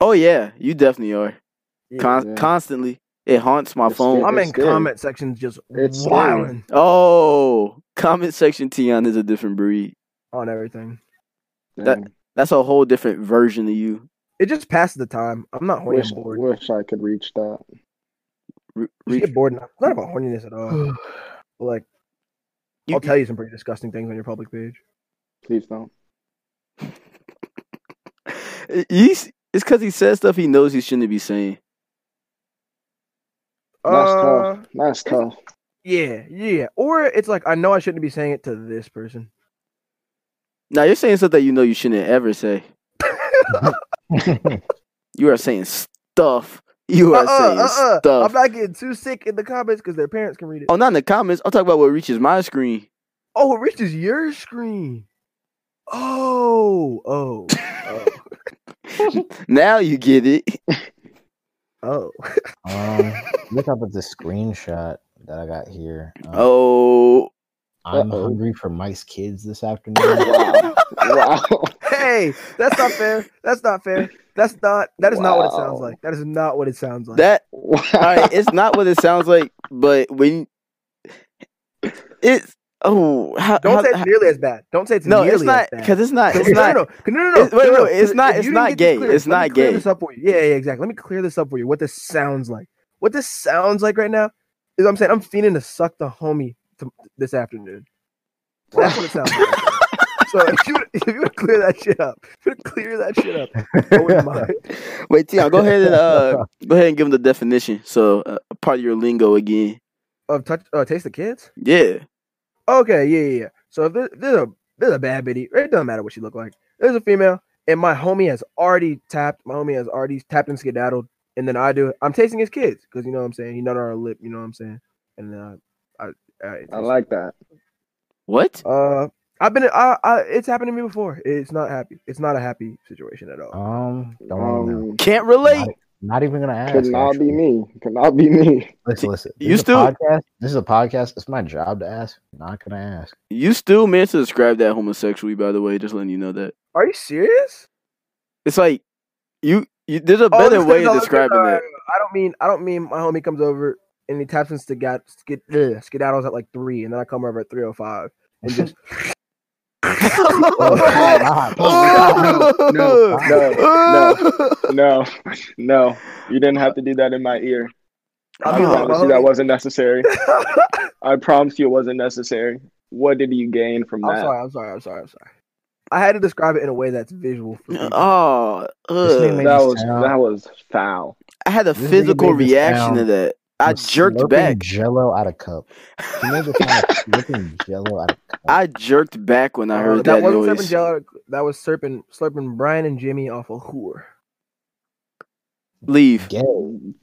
S1: Oh yeah, you definitely are.
S2: Yeah.
S1: Con-
S4: yeah.
S1: Constantly, it haunts my
S4: It's
S1: phone.
S4: scary.
S2: I'm in
S4: scary.
S2: comment sections just
S4: It's scary.
S2: wilding
S1: Oh, comment section Tion is a different breed.
S2: on everything.
S1: That-
S4: Dang.
S1: That's a whole different version of you.
S2: It just passes the time. I'm not horny.
S4: wish,
S2: I'm bored.
S4: wish I could reach that.
S1: Re-
S2: You
S1: re-
S2: get bored. Enough. It's not about horniness at all. But, like
S1: you-
S2: I'll tell you some pretty disgusting things on your public page.
S4: Please don't.
S1: He's, it's because he says stuff he knows he shouldn't be saying.
S4: That's
S2: Uh,
S4: tough. That's tough.
S2: yeah, yeah. Or it's like I know I shouldn't be saying it to this person.
S1: Now you're saying stuff that you know you shouldn't ever say. You are saying stuff. You are
S2: Uh-uh,
S1: saying
S2: uh-uh.
S1: stuff.
S2: I'm not getting too sick in the comments because their parents can read it.
S1: oh, not in the comments. I'm talking about what reaches my screen.
S2: Oh, it reaches your screen. Oh, oh, oh,
S1: now you get it.
S2: oh.
S3: um, look up at the screenshot that I got here. Um,
S1: Oh,
S3: I'm
S4: Uh-oh.
S3: hungry for Mike's kids this afternoon.
S4: Wow. wow.
S2: hey, that's not fair. That's not fair. That's not. That is not what it sounds
S4: Wow.
S2: like. That is not what it sounds like.
S1: that
S4: Wow.
S1: All right, it's not what it sounds like, but when it's oh, how,
S2: Don't
S1: how-
S2: say
S1: how-
S2: it's nearly as bad. Don't say it's
S1: no,
S2: nearly
S1: it's not
S2: as bad.
S1: because it's not. It's
S2: no,
S1: not.
S2: No, no, no, no, no,
S1: it's- wait,
S2: no,
S1: no, it's not-
S2: If
S1: it's
S2: you didn't
S1: not
S2: get
S1: gay.
S2: this clear,
S1: It's
S2: let me
S1: not
S2: clear
S1: gay.
S2: This up for you. Yeah, yeah, exactly. Let me clear this up for you. What this sounds like. What this sounds like right now is I'm saying I'm feeling to suck the homie to, this afternoon. That's what it sounds like. so if you would- if you would clear that shit up, if you would clear that shit up. I wouldn't mind.
S1: Wait, Tion, go ahead and uh, go ahead and give them the definition. So uh, part of your lingo again.
S2: Of touch, uh, taste the kids.
S1: Yeah,
S2: Okay, yeah, yeah. yeah. So if there- there's a there's a bad bitty, it doesn't matter what she look like. There's a female, and my homie has already tapped. My homie has already tapped and skedaddled, and then I do it. I'm tasting his kids because you know what I'm saying. He nut on her lip, you know what I'm saying. And then I, I, I,
S4: I like that.
S1: what?
S2: Uh, I've been, I, I, it's happened to me before. It's not happy. It's not a happy situation at all.
S3: um, don't wanna know.
S4: Um,
S1: Can't relate.
S3: Not, e, not even gonna ask.
S4: could not be
S3: actually.
S4: me. Could not be me.
S3: Listen, listen. This
S1: You
S3: is a
S1: still-
S3: podcast. This is a podcast. It's my job to ask. Not gonna ask.
S1: You still meant to describe that homosexually, by the way. Just letting you know that
S2: Are you serious?
S1: it's like you. you there's a
S2: Oh,
S1: better
S2: this-
S1: way
S2: no,
S1: of
S2: no,
S1: describing
S2: no,
S1: that.
S2: no, no. I don't mean I don't mean my homie comes over and he taps and sked- sked- ugh, skedaddles at like three, and then I come over at three o five and just
S3: Oh, God. Oh,
S4: no, no, No, no. You didn't have to do that in my ear. I
S1: I mean,
S4: promise you that wasn't necessary. I promise you it wasn't necessary. What did you gain from
S2: I'm
S4: that?
S2: sorry. I'm sorry. I'm sorry. I'm sorry. I had to describe it in a way that's visual. For people.
S1: Oh,
S3: This nigga
S1: ugh.
S3: made
S4: That
S3: me
S4: was
S3: sound-
S4: that was foul.
S1: I had a
S3: This nigga
S1: physical
S3: made this
S1: reaction
S3: sound-
S1: to that. I
S3: I'm
S1: jerked
S3: slurping
S1: back.
S3: Jello out of cup. He made it sound like slurping Jello out of cup.
S1: I jerked back when I
S2: Uh,
S1: heard
S2: that
S1: that,
S2: wasn't
S1: noise.
S2: Serpent Jello. That was Serpent slurping Brian and Jimmy off a whore.
S1: leave,
S3: gay,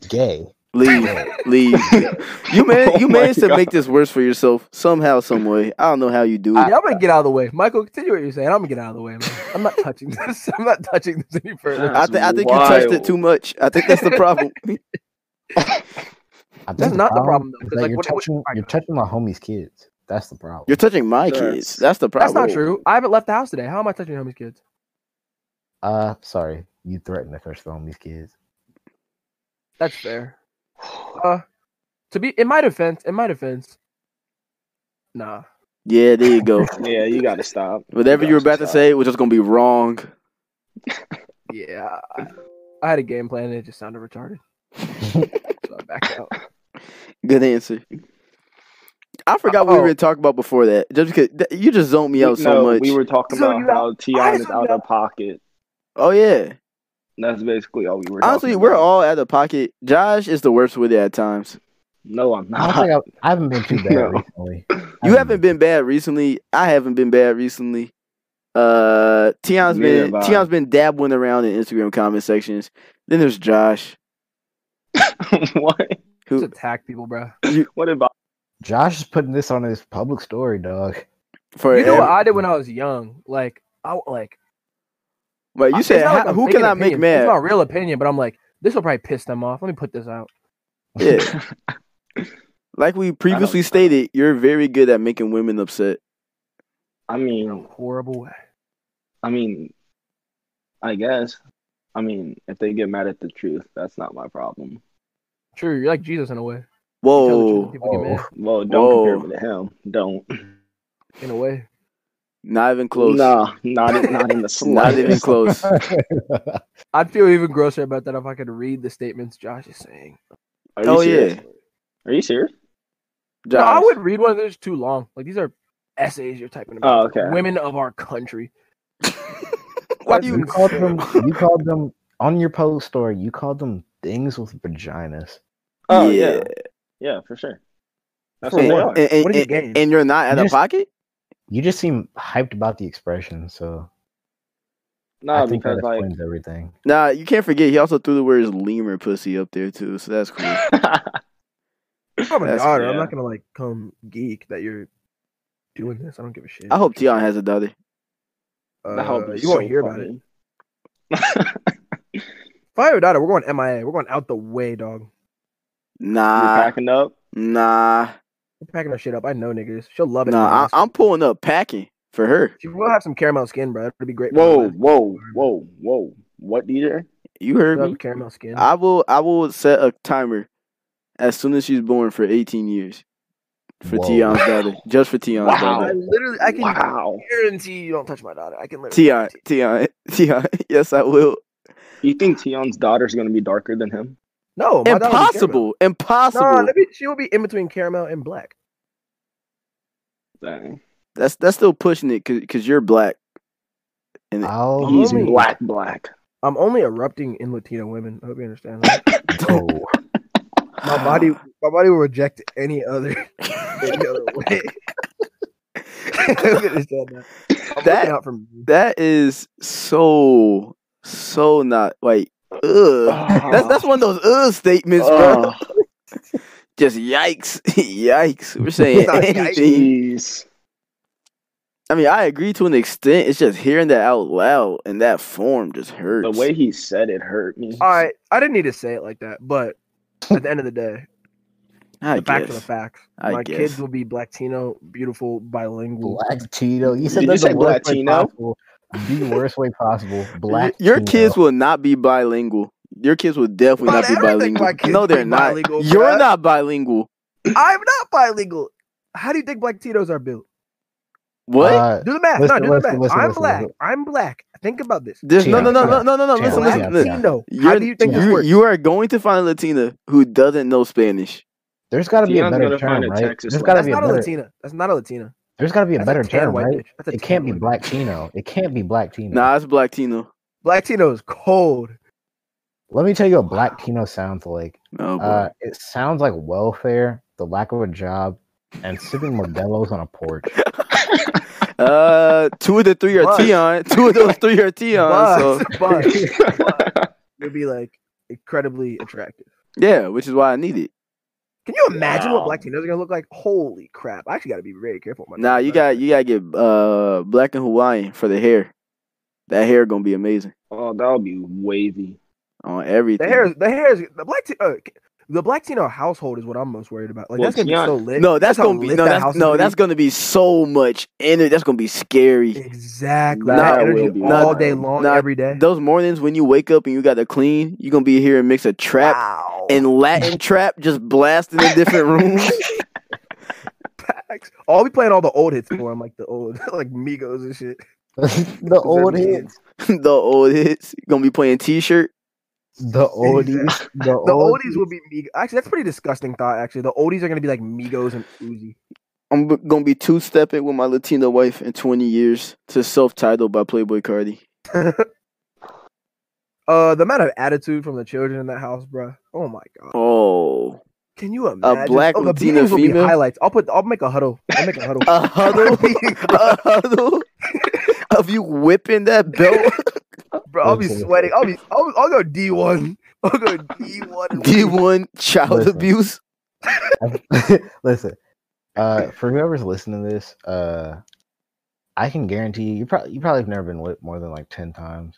S3: gay.
S1: leave, leave. You man,
S4: Oh
S1: you
S4: my
S1: managed to
S4: God.
S1: make this worse for yourself somehow, some way. I don't know how you do
S2: Yeah,
S1: it.
S2: I'm gonna get out of the way. Michael, continue what you're saying. I'm gonna get out of the way, man. I'm not touching this. I'm not touching this any further.
S1: I,
S4: That's
S1: thi- I think you touched it
S4: wild.
S1: too much. I think that's the problem.
S3: I think
S2: That's not the problem, though,
S3: is
S2: 'cause,
S3: that
S2: like,
S3: you're
S2: what- what-
S3: touching you're touching my homie's kids. That's the problem.
S1: You're touching my
S4: That's-
S1: kids. That's the
S2: That's
S1: problem.
S2: not true. I haven't left the house today. How am I touching your homie's kids?
S3: uh, sorry, you threatened to touch the homie's kids.
S2: That's fair. Uh, to be in my defense, in my defense, nah.
S1: Yeah, there you go.
S4: Yeah, you gotta stop.
S1: Whatever you were about to say was just gonna be wrong.
S2: Yeah, I, I had a game plan and it just sounded retarded, so I backed out.
S1: Good answer. I forgot what we
S2: Oh.
S1: were gonna talk about before that. Just because th- you just zoned me out so
S4: no,
S1: much.
S4: we were talking
S2: So
S4: about
S2: you-
S4: how
S2: I
S4: Tion is
S2: zoned
S4: out of
S2: out.
S4: pocket.
S1: oh yeah.
S4: That's basically all we were.
S1: Honestly,
S4: talking
S1: we're
S4: about.
S1: all out of pocket. Josh is the worst with it at times.
S4: No, I'm
S3: I
S4: not.
S3: don't think I've, I haven't been too bad
S4: No.
S3: recently.
S1: You haven't been bad recently. I haven't been bad recently. Uh, Tion's
S4: Neither
S1: been
S4: have I.
S1: Tion's been dabbling around in Instagram comment sections. Then there's Josh.
S4: what?
S2: Just
S1: Who-
S2: attack people, bro.
S4: What about?
S3: Josh is putting this on his public story, dog.
S1: For
S2: You know what
S1: every-
S2: I did when I was young? Like I like
S1: But you
S2: It's
S1: said
S2: not like
S1: how-
S2: I'm
S1: who
S2: making
S1: can I
S2: an
S1: make
S2: opinion. It's my
S1: mad?
S2: real opinion, but I'm like, this will probably piss them off. Let me put this out.
S1: Yeah. Like we previously stated, you're very good at making women upset.
S4: I
S2: in a
S4: mean,
S2: horrible way.
S4: I mean, I guess. I mean, if they get mad at the truth, that's not my problem.
S2: True, you're like Jesus in a way. You tell the truth and
S1: Whoa,
S2: people get mad.
S4: Well, don't compare
S1: Whoa.
S4: me to him. Don't.
S2: in a way.
S1: not even close.
S4: Nah, not in- not in the
S1: not even
S4: slightest.
S1: close.
S2: I'd feel even grosser about that if I could read the statements Josh is saying.
S4: Are you
S1: Oh,
S4: serious?
S1: yeah.
S4: Are you serious?
S2: No, I
S1: Josh,
S2: would read one of those too long. Like these are essays you're typing about.
S4: Oh, okay.
S2: Women of our country.
S1: why do
S3: you
S1: you?
S3: called them. You called them on your post story. You called them things with vaginas.
S4: Oh
S1: Yeah.
S4: yeah, yeah, for sure. That's
S2: For
S4: what they
S2: what?
S4: are.
S1: And, and,
S2: What are you
S1: and-
S2: games?
S1: and you're not out
S3: You
S1: of
S3: just-
S1: pocket.
S3: You just seem hyped about the expression, so
S4: Nah,
S3: I think that
S4: Um, because like,
S3: explains everything.
S1: Nah, you can't forget. He also threw the words lemur pussy up there too, so that's cool.
S2: Oh my
S1: That's-
S2: daughter. I'm
S4: yeah.
S2: not gonna like come geek that you're doing this. I don't give a shit.
S1: I hope Tion has a daughter.
S2: uh,
S4: that whole
S2: you
S4: is
S2: won't
S4: so
S2: hear about it.
S4: funny.
S2: If I have a daughter, we're going MIA. We're going out the way, dog.
S4: You're
S1: Nah,
S4: packing up.
S1: nah,
S2: We're packing our shit up. I know niggas. She'll love it.
S1: nah. I, I'm pulling up packing for her.
S2: She will have some caramel skin, bro. It'll be great. for
S4: Whoa,
S2: her.
S4: whoa, whoa, whoa! What DJ?
S1: You heard
S2: She'll
S1: me.
S2: have caramel skin.
S1: I will. I will set a timer as soon as she's born for 18 years for
S3: Whoa.
S1: Tion's daughter, just for Tion's
S4: Wow.
S2: I
S1: daughter.
S2: literally, I can
S4: Wow,
S2: guarantee you don't touch my daughter. I can
S1: Tion,
S2: literally.
S1: Tion, Tion. Yes, I will.
S4: you think Tion's daughter's gonna be darker than him?
S2: No, Oh, my daughter will be caramel.
S1: Impossible. Impossible.
S2: No, let me, she will be in between caramel and black.
S4: Dang.
S1: that's that's still pushing it because you're black.
S3: I'll
S4: He's
S2: Homie.
S3: be
S4: black, black.
S2: I'm only erupting in Latino women. I hope you understand. that.
S3: oh,
S2: my body, my body will reject any other, any other way. I hope you understand that. I'm
S1: That-
S2: looking out from
S1: That is so so not like ugh. That's that's one of those ugh statements, bro.
S4: Oh,
S1: Just yikes, yikes. We're saying
S2: Not
S1: anything.
S4: jeez.
S1: I mean, I agree to an extent. It's just hearing that out loud in that form just hurts.
S4: The way he said it hurt me.
S2: All right, I didn't need to say it like that, but at the end of the day,
S1: I
S2: the facts are
S1: guess.
S2: the facts.
S1: I
S2: my
S1: guess.
S2: kids will be Latino, beautiful, bilingual.
S3: black Tito. You said
S4: Did you
S3: that's
S4: say
S3: the worst way
S4: Latino?
S3: possible. The worst way possible. Black.
S1: Your
S3: Tino.
S1: kids will not be bilingual. Your kids will definitely not be
S2: But I don't think
S1: bilingual.
S2: my kids
S1: no,
S2: will
S1: they're
S2: be
S1: not.
S2: bilingual,
S1: You're
S2: bruh.
S1: not bilingual.
S2: I'm not bilingual. How do you think black Tito's are built?
S1: What?
S3: Uh,
S2: Do the math.
S3: Listen,
S2: no, do the
S3: listen,
S2: math.
S3: listen,
S2: I'm
S3: listen,
S2: black.
S3: listen.
S2: I'm black. Think about this.
S1: There's no,
S3: Tina,
S1: no, no, no,
S3: Tina,
S1: no, no, no.
S3: Tina,
S1: Listen,
S2: black
S3: Tina,
S1: listen. listen.
S2: Latino. How
S1: You're,
S2: do you think this
S1: you,
S2: works?
S1: you are going to find a Latina who doesn't know Spanish.
S3: there's got to be a
S4: Tino's
S3: better
S4: gonna
S3: term,
S4: find a
S3: right?
S4: Texas
S3: There's
S4: one.
S3: got to
S2: That's
S3: be a
S2: not a
S3: better.
S2: Latina. That's not a Latina.
S3: There's got to be a
S2: That's
S3: better
S2: tan
S3: term,
S2: white
S3: right?
S2: bitch. That's a
S3: It
S2: tan
S3: can't be
S2: white
S3: black
S2: bitch.
S3: Tino. It can't be black Tino.
S1: Nah, it's black Tino.
S2: Black Tino is cold.
S3: Let me tell you what black Tino sounds like.
S1: No, boy.
S3: Uh, it sounds like welfare, the lack of a job, and sipping Modelo's on a porch.
S1: Uh, two of the three are
S2: But-
S1: Tion. Two of those three are Tion.
S2: but,
S1: So
S2: but you'll be like incredibly attractive.
S1: yeah, which is why I need it.
S2: Can you imagine what
S4: Wow.
S2: black Tino's are gonna look like? Holy crap! I actually got to be very careful. with my
S1: Nah,
S2: names,
S1: you
S2: bro.
S1: got you gotta get uh black and Hawaiian for the hair. That hair gonna be amazing
S4: oh, that would be wavy.
S1: on everything.
S2: the hair. Is, the hair is the black. T- uh, the black Tino household is what I'm most worried about. Like
S4: Well,
S2: that's gonna
S4: Tiana-
S2: be so lit.
S1: No, that's
S2: how
S1: gonna be
S2: lit
S1: no,
S2: that
S1: that's
S2: house is
S1: no,
S2: gonna
S1: that's gonna be so much energy. That's gonna be scary.
S2: Exactly.
S4: That
S2: That
S4: will
S2: energy
S4: be
S2: all
S4: wild.
S2: day long,
S1: Nah,
S2: every day.
S1: Those mornings when you wake up and you gotta clean, you gonna be here and mix a trap
S2: Wow.
S1: and Latin trap just blasting in different rooms.
S2: Facts. All we playing all the old hits for him, like the old like Migos and shit.
S3: the old e, hits,
S1: the old hits. You gonna be playing t shirt.
S3: the oldies, the,
S2: The oldies will be Migos. Actually, that's a pretty disgusting thought. Actually, the oldies are gonna be like Migos and Uzi.
S1: I'm b- gonna be two stepping with my Latina wife in 20 years to self titled by Playboy Cardi.
S2: Uh, the amount of attitude from the children in that house, bruh. Oh my god.
S1: Oh,
S2: Can you imagine?
S1: black
S2: oh, the
S1: Latina
S2: beatings will be
S1: female?
S2: highlights. I'll put. I'll make a huddle. I'll make a huddle.
S1: a huddle, a huddle of you whipping that belt.
S2: Bro, I'll be
S3: Listen.
S2: sweating. I'll be. I'll, I'll go D one. I'll go D one.
S1: D1 child
S3: Listen.
S1: abuse.
S3: e, Listen, uh, for whoever's listening to this, uh, I can guarantee you, you probably you probably have never been lit more than like ten times.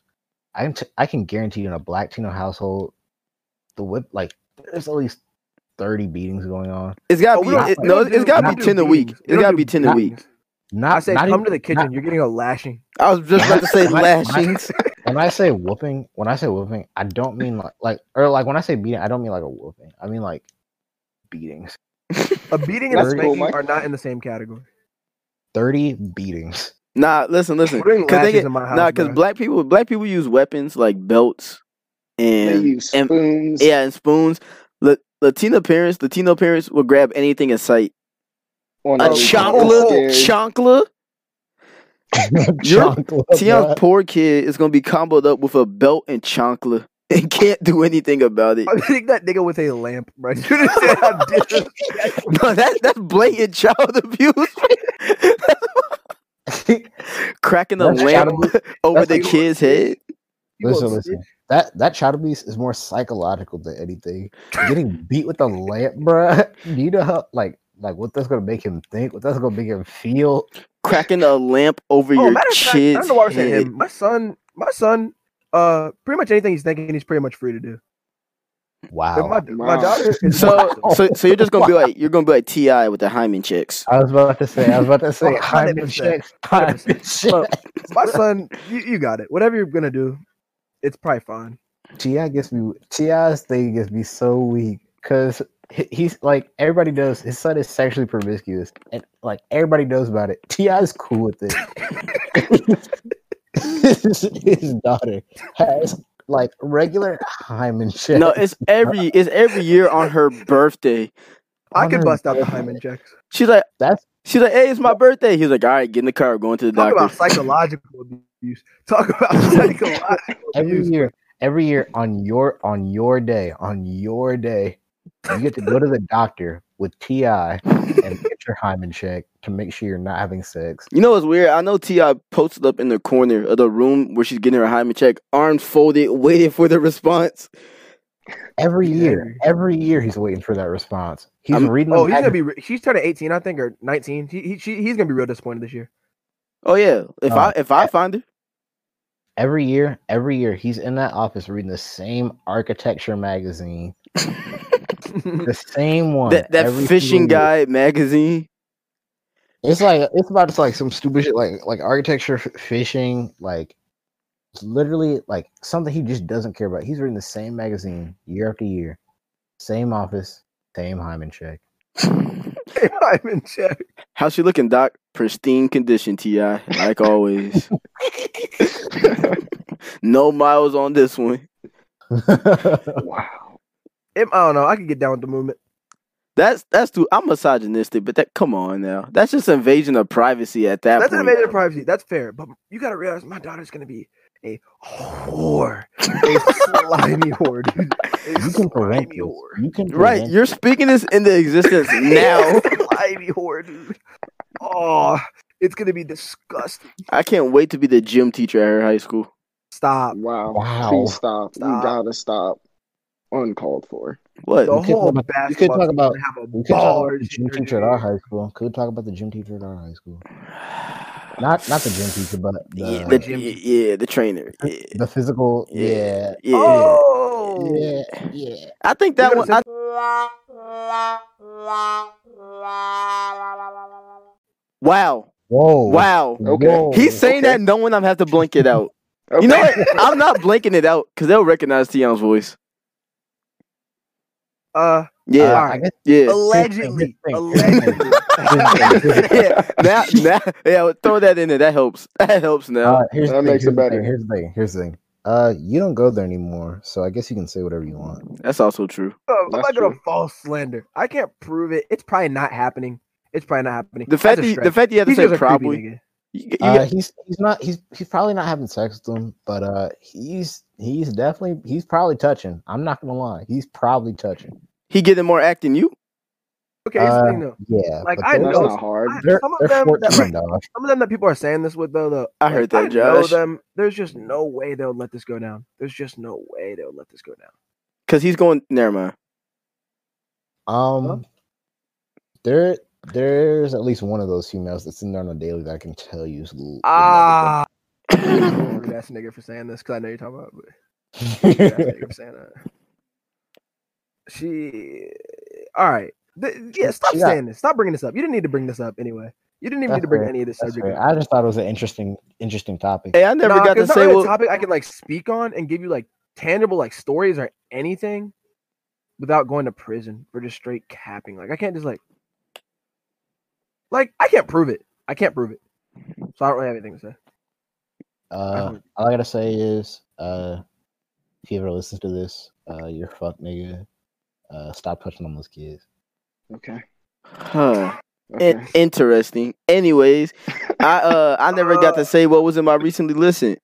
S3: I'm t- I can guarantee you in a black Latino household, the whip like there's at least thirty beatings going on.
S1: It's gotta
S2: Oh, we don't-
S1: be it,
S2: we
S1: no.
S2: don't
S1: It's
S2: do-
S1: gotta
S2: we
S1: be
S2: don't
S1: ten
S2: do
S1: a week.
S2: beatings. We
S1: It's
S2: don't
S1: gotta
S2: do
S1: be ten a
S3: not-
S1: week.
S3: Not
S2: I say,
S3: not
S2: come
S3: even-
S2: to the kitchen.
S3: not-
S2: You're getting a lashing.
S1: I was just about to say
S3: Not-
S1: lashings.
S3: when I say whooping, when I say whooping, I don't mean like like or like when I say beating, I don't mean like a whooping. I mean like beatings.
S2: A beating and a
S4: That's cool,
S2: spanking
S4: Mike.
S2: are not in the same category.
S3: Thirty beatings.
S1: Nah, listen, listen.
S2: We're doing
S1: Cause they
S2: lashes
S1: get,
S2: in my house.
S1: nah, cause
S2: bruh.
S1: black people, black people use weapons like belts
S4: They
S1: and
S4: use
S1: and-
S4: spoons.
S1: yeah, and spoons. La- Latino parents, Latino parents will grab anything in sight.
S4: on
S1: A
S4: our
S1: chancla,
S4: downstairs.
S1: chancla.
S3: Chunk love
S1: Tion's
S3: that.
S1: poor kid is gonna be comboed up with a belt and chancla and can't do anything about it.
S2: I think that nigga with a lamp, bro. You understand how dis-
S1: No, that that's blatant child abuse. Cracking a
S3: That's
S1: lamp
S3: child abuse.
S1: over
S3: That's
S1: the
S3: child
S1: kid's head.
S2: You
S3: listen,
S2: gonna
S3: listen. That that child abuse is more psychological than anything. Getting beat with a lamp, bruh. Do you know how like like what that's gonna make him think? What that's gonna make him feel?
S1: Cracking a lamp over
S2: Oh,
S1: your
S2: matter of fact, I
S1: kid's
S2: don't know why we're saying
S1: head.
S2: him. My son, my son, uh, pretty much anything he's thinking, he's pretty much free to do. But
S3: Wow.
S2: my, my
S4: Wow.
S2: daughter is
S1: So, so, so you're just gonna be like you're gonna be like Ti with the Hyman chicks.
S3: I was about to say. I was about to say.
S2: Oh,
S3: Hyman
S2: 100%,
S3: checks, Hyman
S2: 100%.
S3: checks.
S2: Look, my son. You, you got it. Whatever you're gonna do, it's probably fine.
S3: Ti gets me. Ti's thing gets me so weak because he's like everybody knows his son is sexually promiscuous, and like everybody knows about it. Ti's cool with it. his, his daughter has like regular hymen shit.
S1: No, it's every it's every year on her birthday.
S2: I could bust out the hymen checks.
S1: She's like
S3: That's
S1: she's like, hey, it's my birthday. He's like, all right, get in the car, we're going to the
S2: Talk about
S1: doctor.
S2: psychological abuse. Talk about psychological
S3: every
S2: abuse.
S3: year. Every year on your on your day on your day, you get to go to the doctor with Ti and get your hymen check to make sure you're not having sex.
S1: You know what's weird? I know Ti posted up in the corner of the room where she's getting her hymen check, arms folded, waiting for the response.
S3: Every
S2: He's
S3: year,
S2: angry.
S3: every year he's waiting for that response. He's
S1: I'm-
S3: reading.
S2: Oh,
S3: the
S2: he's gonna
S3: magazine.
S2: be. Re- she's turning 18, I think, or 19. He, he, she, he's gonna be real disappointed this year.
S1: Oh yeah, if I
S3: Oh.
S1: if I find her,
S3: every year. Every year he's in that office reading the same architecture magazine, the same one.
S1: Mm. that that
S3: every
S1: fishing
S3: single year.
S1: guide magazine.
S3: It's like it's about it's like some stupid shit, like like architecture, f- fishing, like it's literally like something he just doesn't care about. He's reading the same magazine year after year, same office, same hymen check.
S2: hymen check.
S1: How's she looking, Doc? Pristine condition, Ti, like always. no miles on this one.
S4: wow.
S2: Em- I don't know. I could get down with the movement.
S1: That's that's too. I'm misogynistic, but that come on now. That's just invasion of privacy at that
S2: That's an
S1: point.
S2: invasion of privacy. That's fair. But you gotta realize my daughter's gonna be a whore, a slimy whore, dude. A
S3: you can prevent
S2: slimy
S3: this.
S2: whore.
S3: You can
S1: right,
S3: prevent
S1: you're speaking this into existence now.
S2: slimy whore, dude. Oh, it's gonna be disgusting.
S1: I can't wait to be the gym teacher at her high school.
S2: Stop.
S4: Wow.
S3: Wow.
S4: Please stop. You
S2: Stop.
S4: gotta stop. Uncalled for.
S1: What?
S2: The
S3: We could
S2: whole
S3: talk about- we could
S2: basketball
S3: talk
S2: team
S3: about-
S2: gonna have a
S3: We could talk about
S2: baller
S3: the gym
S2: junior
S3: teacher at
S2: year.
S3: our high school. Could talk about the gym teacher at our high school. Not not the gym teacher, but
S1: yeah,
S3: the
S1: the,
S2: gym teacher.
S1: yeah, the trainer. Yeah,
S3: the physical. Yeah,
S1: yeah.
S2: Oh,
S3: yeah, yeah.
S1: I think
S2: We're
S1: that
S2: gonna
S1: one.
S2: send-
S1: I, wow,
S2: Oh,
S3: Whoa,
S1: wow.
S4: Okay.
S3: Whoa.
S1: He's saying
S4: okay.
S1: that knowing I'm have to blink it out.
S4: Okay.
S1: You know what? I'm not blinking it out because they'll recognize Tion's voice.
S2: uh, oh.
S1: Yeah,
S3: Uh, I
S2: alright.
S3: guess
S1: yeah.
S2: allegedly,
S3: Think, think,
S2: allegedly.
S1: yeah, now, now, yeah, throw that in there. That helps. That helps now.
S3: uh, here's
S4: That
S3: the thing,
S4: makes
S3: here's
S4: it
S3: the thing,
S4: better.
S3: Here's the thing. Here's the thing. Uh, you don't go there anymore, so I guess you can say whatever you want.
S1: That's also true.
S2: Oh, I'm
S4: That's
S2: not gonna
S4: true.
S2: false slander. I can't prove it. It's probably not happening. It's probably not happening.
S1: The fact that
S2: That's a
S1: you,
S2: stretch.
S1: the fact that you have to
S2: He's
S1: say
S2: just a creepy
S1: probably.
S2: nigga.
S1: You, you,
S3: Uh, he's he's not he's he's probably not having sex with them, but uh, he's he's definitely he's probably touching. I'm not gonna lie, he's probably touching.
S1: he getting more act than you.
S2: Okay, here's the
S3: Uh,
S2: thing though.
S3: Yeah,
S2: Like,
S3: but
S2: I
S3: they're-
S4: That's
S2: know-
S4: not hard.
S2: I-
S3: They're,
S2: some of
S3: they're
S2: them that,
S3: 14,
S2: like,
S3: dog.
S2: some of them that people are saying this with though, though
S1: I
S2: like,
S1: heard that,
S2: know
S1: Josh.
S2: them. There's just no way they'll let this go down. There's just no way they'll let this go down.
S1: Cause he's going. Never mind.
S3: Um, there, there's at least one of those females that's in there on a daily that I can tell you. is l-
S2: Ah, Angry ass nigga for saying this because I know you're talking about. But angry ass nigga for saying that. She. All right. Th- yeah. Stop
S3: She got-
S2: saying this. Stop bringing this up. You didn't need to bring this up anyway. You didn't even need
S3: That's
S2: to bring
S3: fair.
S2: any of this
S3: That's
S2: subject.
S3: fair.
S2: up.
S3: I just thought it was an interesting, interesting topic.
S1: Hey, I never
S2: Nah,
S1: got
S2: 'cause
S1: to
S2: it's
S1: say
S2: not really
S1: what.
S2: a topic I can like speak on and give you like tangible like stories or anything without going to prison for just straight capping. Like I can't just like like I can't prove it. I can't prove it. So I don't really have anything to say.
S3: Uh,
S2: would-
S3: all I gotta say is, uh, if you ever listen to this, uh, you're a fuck nigga. Uh, stop touching on those kids.
S4: Okay.
S1: Huh.
S4: okay.
S1: In- interesting. Anyways, I uh I never got to say what was in my recently listened.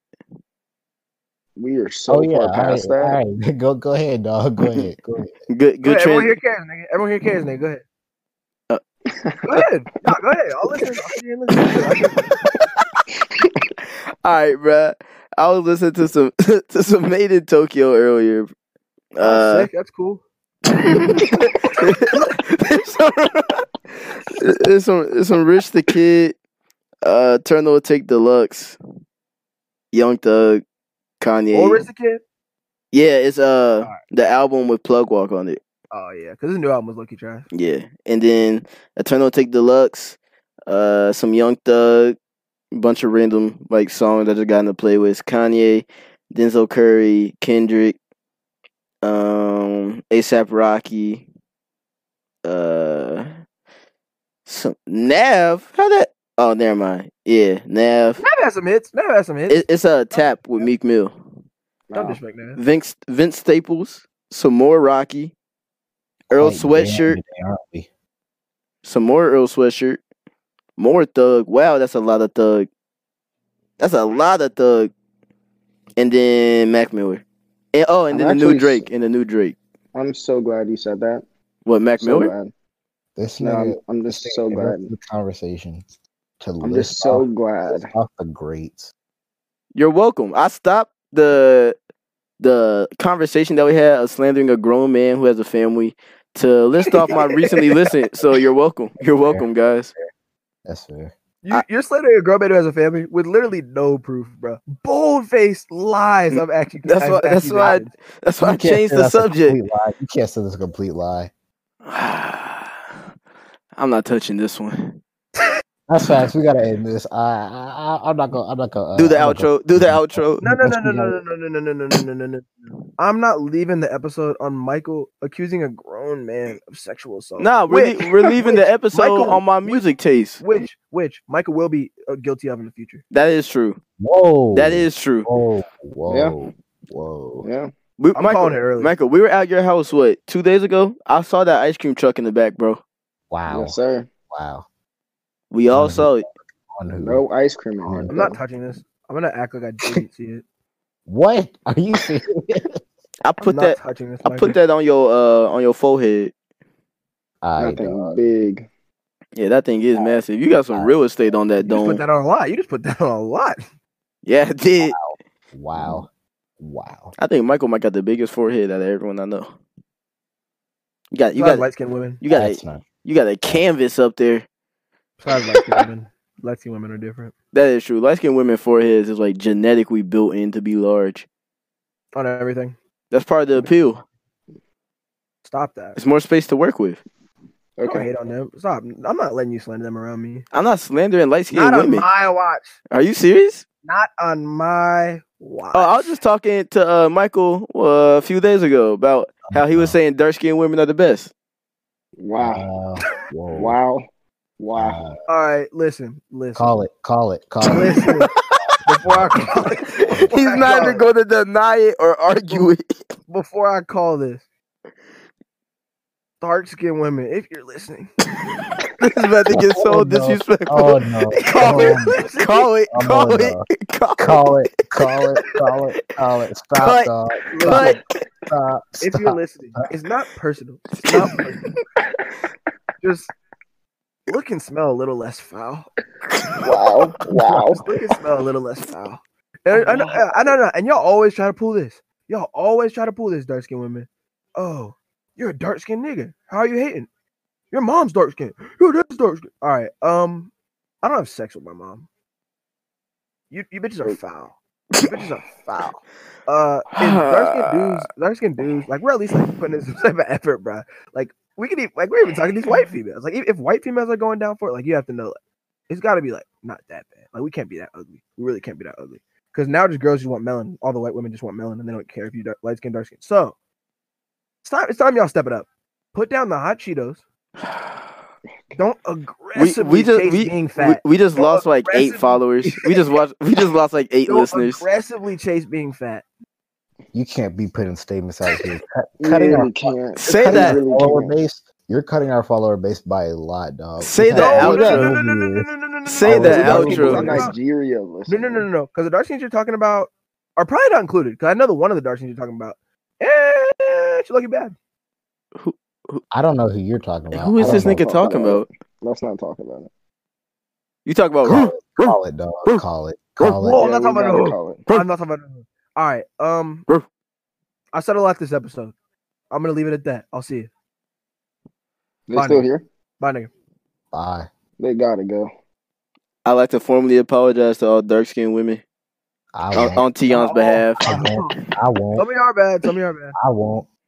S4: we are so far past
S3: Oh, all
S4: that.
S3: right, all right. go go ahead, dog. Go ahead, go ahead.
S1: Good
S2: Go
S1: good
S2: ahead, everyone
S1: trans-
S2: here cares, nigga. Everyone here cares, nigga. Go ahead.
S1: Uh.
S2: go ahead. Nah, go ahead. I'll listen. I'll sit here and listen. I'll just-
S1: All right, bruh. I was listening to some to some Made in Tokyo earlier.
S2: Oh,
S1: Uh,
S2: Sick, That's cool.
S1: there's, some, there's some there's some Rich the Kid, uh, Turtle Take Deluxe, Young Thug, Kanye.
S2: Or is the kid?
S1: yeah, it's uh
S2: Alright.
S1: the album with Plug Walk on it.
S2: Oh yeah, because his new album was Lucky Trash.
S1: Yeah, and then Eternal Take Deluxe, uh, some Young Thug, bunch of random like songs that I got in the playlist. Kanye, Denzel Curry, Kendrick, um, ASAP Rocky, uh, some Nav. How that? Oh, never mind. Yeah, Nav.
S2: Never had some hits. Never had some hits.
S1: It, it's a tap with Meek Mill.
S2: Don't
S4: Wow.
S2: disrespect that.
S1: Vince Vince Staples, some more Rocky, Earl
S3: Like, damn,
S1: Sweatshirt.
S3: today, aren't we?
S1: some more Earl sweatshirt, more thug. Wow, that's a lot of thug. That's a lot of thug. And then Mac Miller. And oh, and then
S4: I'm
S1: the new
S4: actually-
S1: Drake. And the new Drake.
S4: I'm so glad you said that.
S1: What Mac
S4: So
S1: Miller?
S4: glad.
S3: This
S4: No,
S3: nigga,
S4: I'm, I'm
S3: this
S4: just
S3: nigga
S4: so glad.
S3: interrupted the conversation to
S4: I'm
S3: list
S4: just so
S3: off,
S4: glad.
S3: list off the greats.
S1: You're welcome. I stopped the the conversation that we had of slandering a grown man who has a family to list off my recently listened. So you're welcome. You're welcome, guys.
S3: That's fair.
S2: You,
S1: I-
S2: you're slandering a girl man who has a family with literally no proof, bro. Bold faced lies of actually.
S1: That's why- that's why I- That's why I
S3: You can't
S1: changed
S3: say
S1: the
S3: that's a
S1: subject.
S3: complete lie. You can't say that's a complete lie.
S1: I'm not touching this one.
S3: That's facts. We gotta end this. I, I, I I'm not gonna. I'm not gonna. Uh,
S1: Do the
S3: I'm not gonna-
S1: outro. Do the outro.
S2: No, no, no, no, no, no, no, no, no, no, no, no, no, no, no. I'm not leaving the episode on Michael accusing a grown man of sexual assault.
S1: Nah, we're,
S2: which,
S1: lea- we're leaving the episode
S2: Michael,
S1: on my music taste.
S2: which, which Michael will be uh, guilty of in the future.
S1: That is true.
S3: Whoa.
S2: Oh.
S1: That is true.
S3: Whoa. Whoa.
S4: Yeah.
S3: Whoa.
S4: Yeah.
S1: We,
S2: I'm
S1: Michael,
S2: calling it early.
S1: Michael, we were at your house what two days ago? I saw that ice cream truck in the back, bro.
S3: Wow.
S4: Yes, sir.
S3: Wow.
S1: We all
S2: Mm-hmm.
S3: Mhm.
S1: saw it.
S3: On who?
S4: No ice cream in here.
S2: I'm not
S4: though.
S2: touching this. I'm gonna act like I didn't see it.
S3: What are you serious?
S1: I
S2: I'm
S1: put
S2: not
S1: that.
S2: touching this.
S1: I
S2: Michael.
S1: put that on your uh on your forehead.
S3: I
S4: Nothing
S3: dog.
S4: big.
S1: Yeah, that thing is massive. You got some real estate on that
S2: You just
S1: dome.
S2: put that on a lot. You just put that on a lot.
S1: yeah, I did.
S3: Wow. Wow.
S1: I think Michael might got the biggest forehead out of everyone I know. You got you
S2: Besides
S1: got
S2: light skinned women.
S1: you got
S3: That's
S1: a,
S3: not.
S1: you got a canvas up there.
S2: Besides light skinned women. Light skinned women are different.
S1: That is true. Light skinned women foreheads is like genetically built in to be large.
S2: On everything.
S1: That's part of the appeal.
S2: Stop that.
S1: It's more space to work with.
S2: Don't
S4: Okay.
S2: hate on them. Stop. I'm not letting you slander them around me.
S1: I'm not slandering light skinned
S2: not on
S1: women.
S2: my watch.
S1: Are you serious?
S2: Not on my watch.
S1: Oh, I was just talking to uh, Michael uh, a few days ago about how he was
S3: Wow.
S1: saying dark skinned women are the best.
S4: Wow.
S3: Whoa.
S4: Wow. Wow.
S3: Wow.
S2: All right, listen, listen,
S3: Call it. Call it. Call it.
S2: listen. before I
S3: Oh
S2: call
S1: He's
S2: it, before I call
S1: neither
S2: it-
S1: going to deny it or argue it.
S2: before I call this, dark skinned women, if you're listening,
S1: This is about to get so
S3: Oh, no.
S1: disrespectful.
S3: Oh no.
S1: Call it.
S3: Oh, no.
S1: Call it.
S3: Oh,
S1: Call it.
S3: no.
S1: Call it.
S3: Call it. Call it. Call it. Call it. Stop.
S1: Cut.
S3: Dog.
S1: Cut.
S2: listen,
S3: Stop.
S2: if
S3: Stop.
S2: you're listening, it's not personal. It's not personal. Just look and smell a little less foul.
S4: Wow. Wow.
S2: Just look and smell a little less foul. And I know, I know, I know, and y'all always try to pull this. Y'all always try to pull this dark skinned women. Oh, you're a dark skinned nigga. How are you hating? Your mom's dark skinned. Your dad's dark skinned. All right. Um, I don't have sex with my mom. You you bitches are foul. You bitches are foul. Uh, and dark skinned dudes, dark skinned dudes, like we're at least like putting in some type of effort, bro. Like we could even like we're even talking to these white females. Like if, if white females are going down for it, like you have to know, like, it's got to be like not that bad. Like we can't be that ugly. We really can't be that ugly. Because now just girls just want melon. All the white women just want melon, and they don't care if you dark, light skin, dark skin. So it's time. It's time y'all step it up. Put down the hot Cheetos. Don't
S1: We,
S2: aggressively
S1: we just
S2: chase
S1: we,
S2: being
S1: we,
S2: fat.
S1: we just
S2: Don't
S1: lost like eight
S2: aggressively-
S1: followers. We just watched we just lost like eight
S2: Don't
S1: listeners.
S2: aggressively chase being fat.
S3: You can't be putting statements out here. Cut, cutting our,
S4: really can't.
S1: Say
S3: cutting
S1: that.
S3: our
S4: Really
S3: follower
S4: can't.
S3: base. You're cutting our follower base by a lot, dog.
S1: Say
S3: You
S1: that
S3: can't do
S1: outro.
S3: over here.
S2: no, no.
S1: Say
S2: no,
S1: that
S2: no, no, no,
S1: outro.
S2: no, no, no.
S4: Nigeria
S2: No,
S4: listening.
S2: no, no, no, no. Because the dark skins you're talking about are probably not included. Because I know the one of the dark skins you're talking about. Eh, she lucky bad.
S3: I don't know who you're talking about.
S1: Who
S3: I
S1: is
S3: don't
S1: this
S3: know.
S1: nigga talking about?
S4: Let's not talk about it.
S1: You talk about
S3: Call it, call it, dog.
S1: Ruh.
S3: Call it. Call
S2: Whoa,
S3: it.
S2: Oh, I'm not
S4: we
S2: talking about
S4: gotta
S2: it.
S4: call it.
S1: Bro.
S2: I'm not talking about. All right. Um,
S1: Bro.
S2: I said a lot this episode. I'm gonna leave it at that. I'll see you.
S4: They
S2: Fine.
S4: still here?
S2: Bye, nigga.
S3: Bye.
S4: They gotta go.
S1: I like to formally apologize to all dark skinned women
S3: I
S1: on,
S3: won't.
S1: on Tion's behalf.
S3: I won't. I won't.
S2: Some of y'all are bad. Some of y'all are bad.
S3: I won't.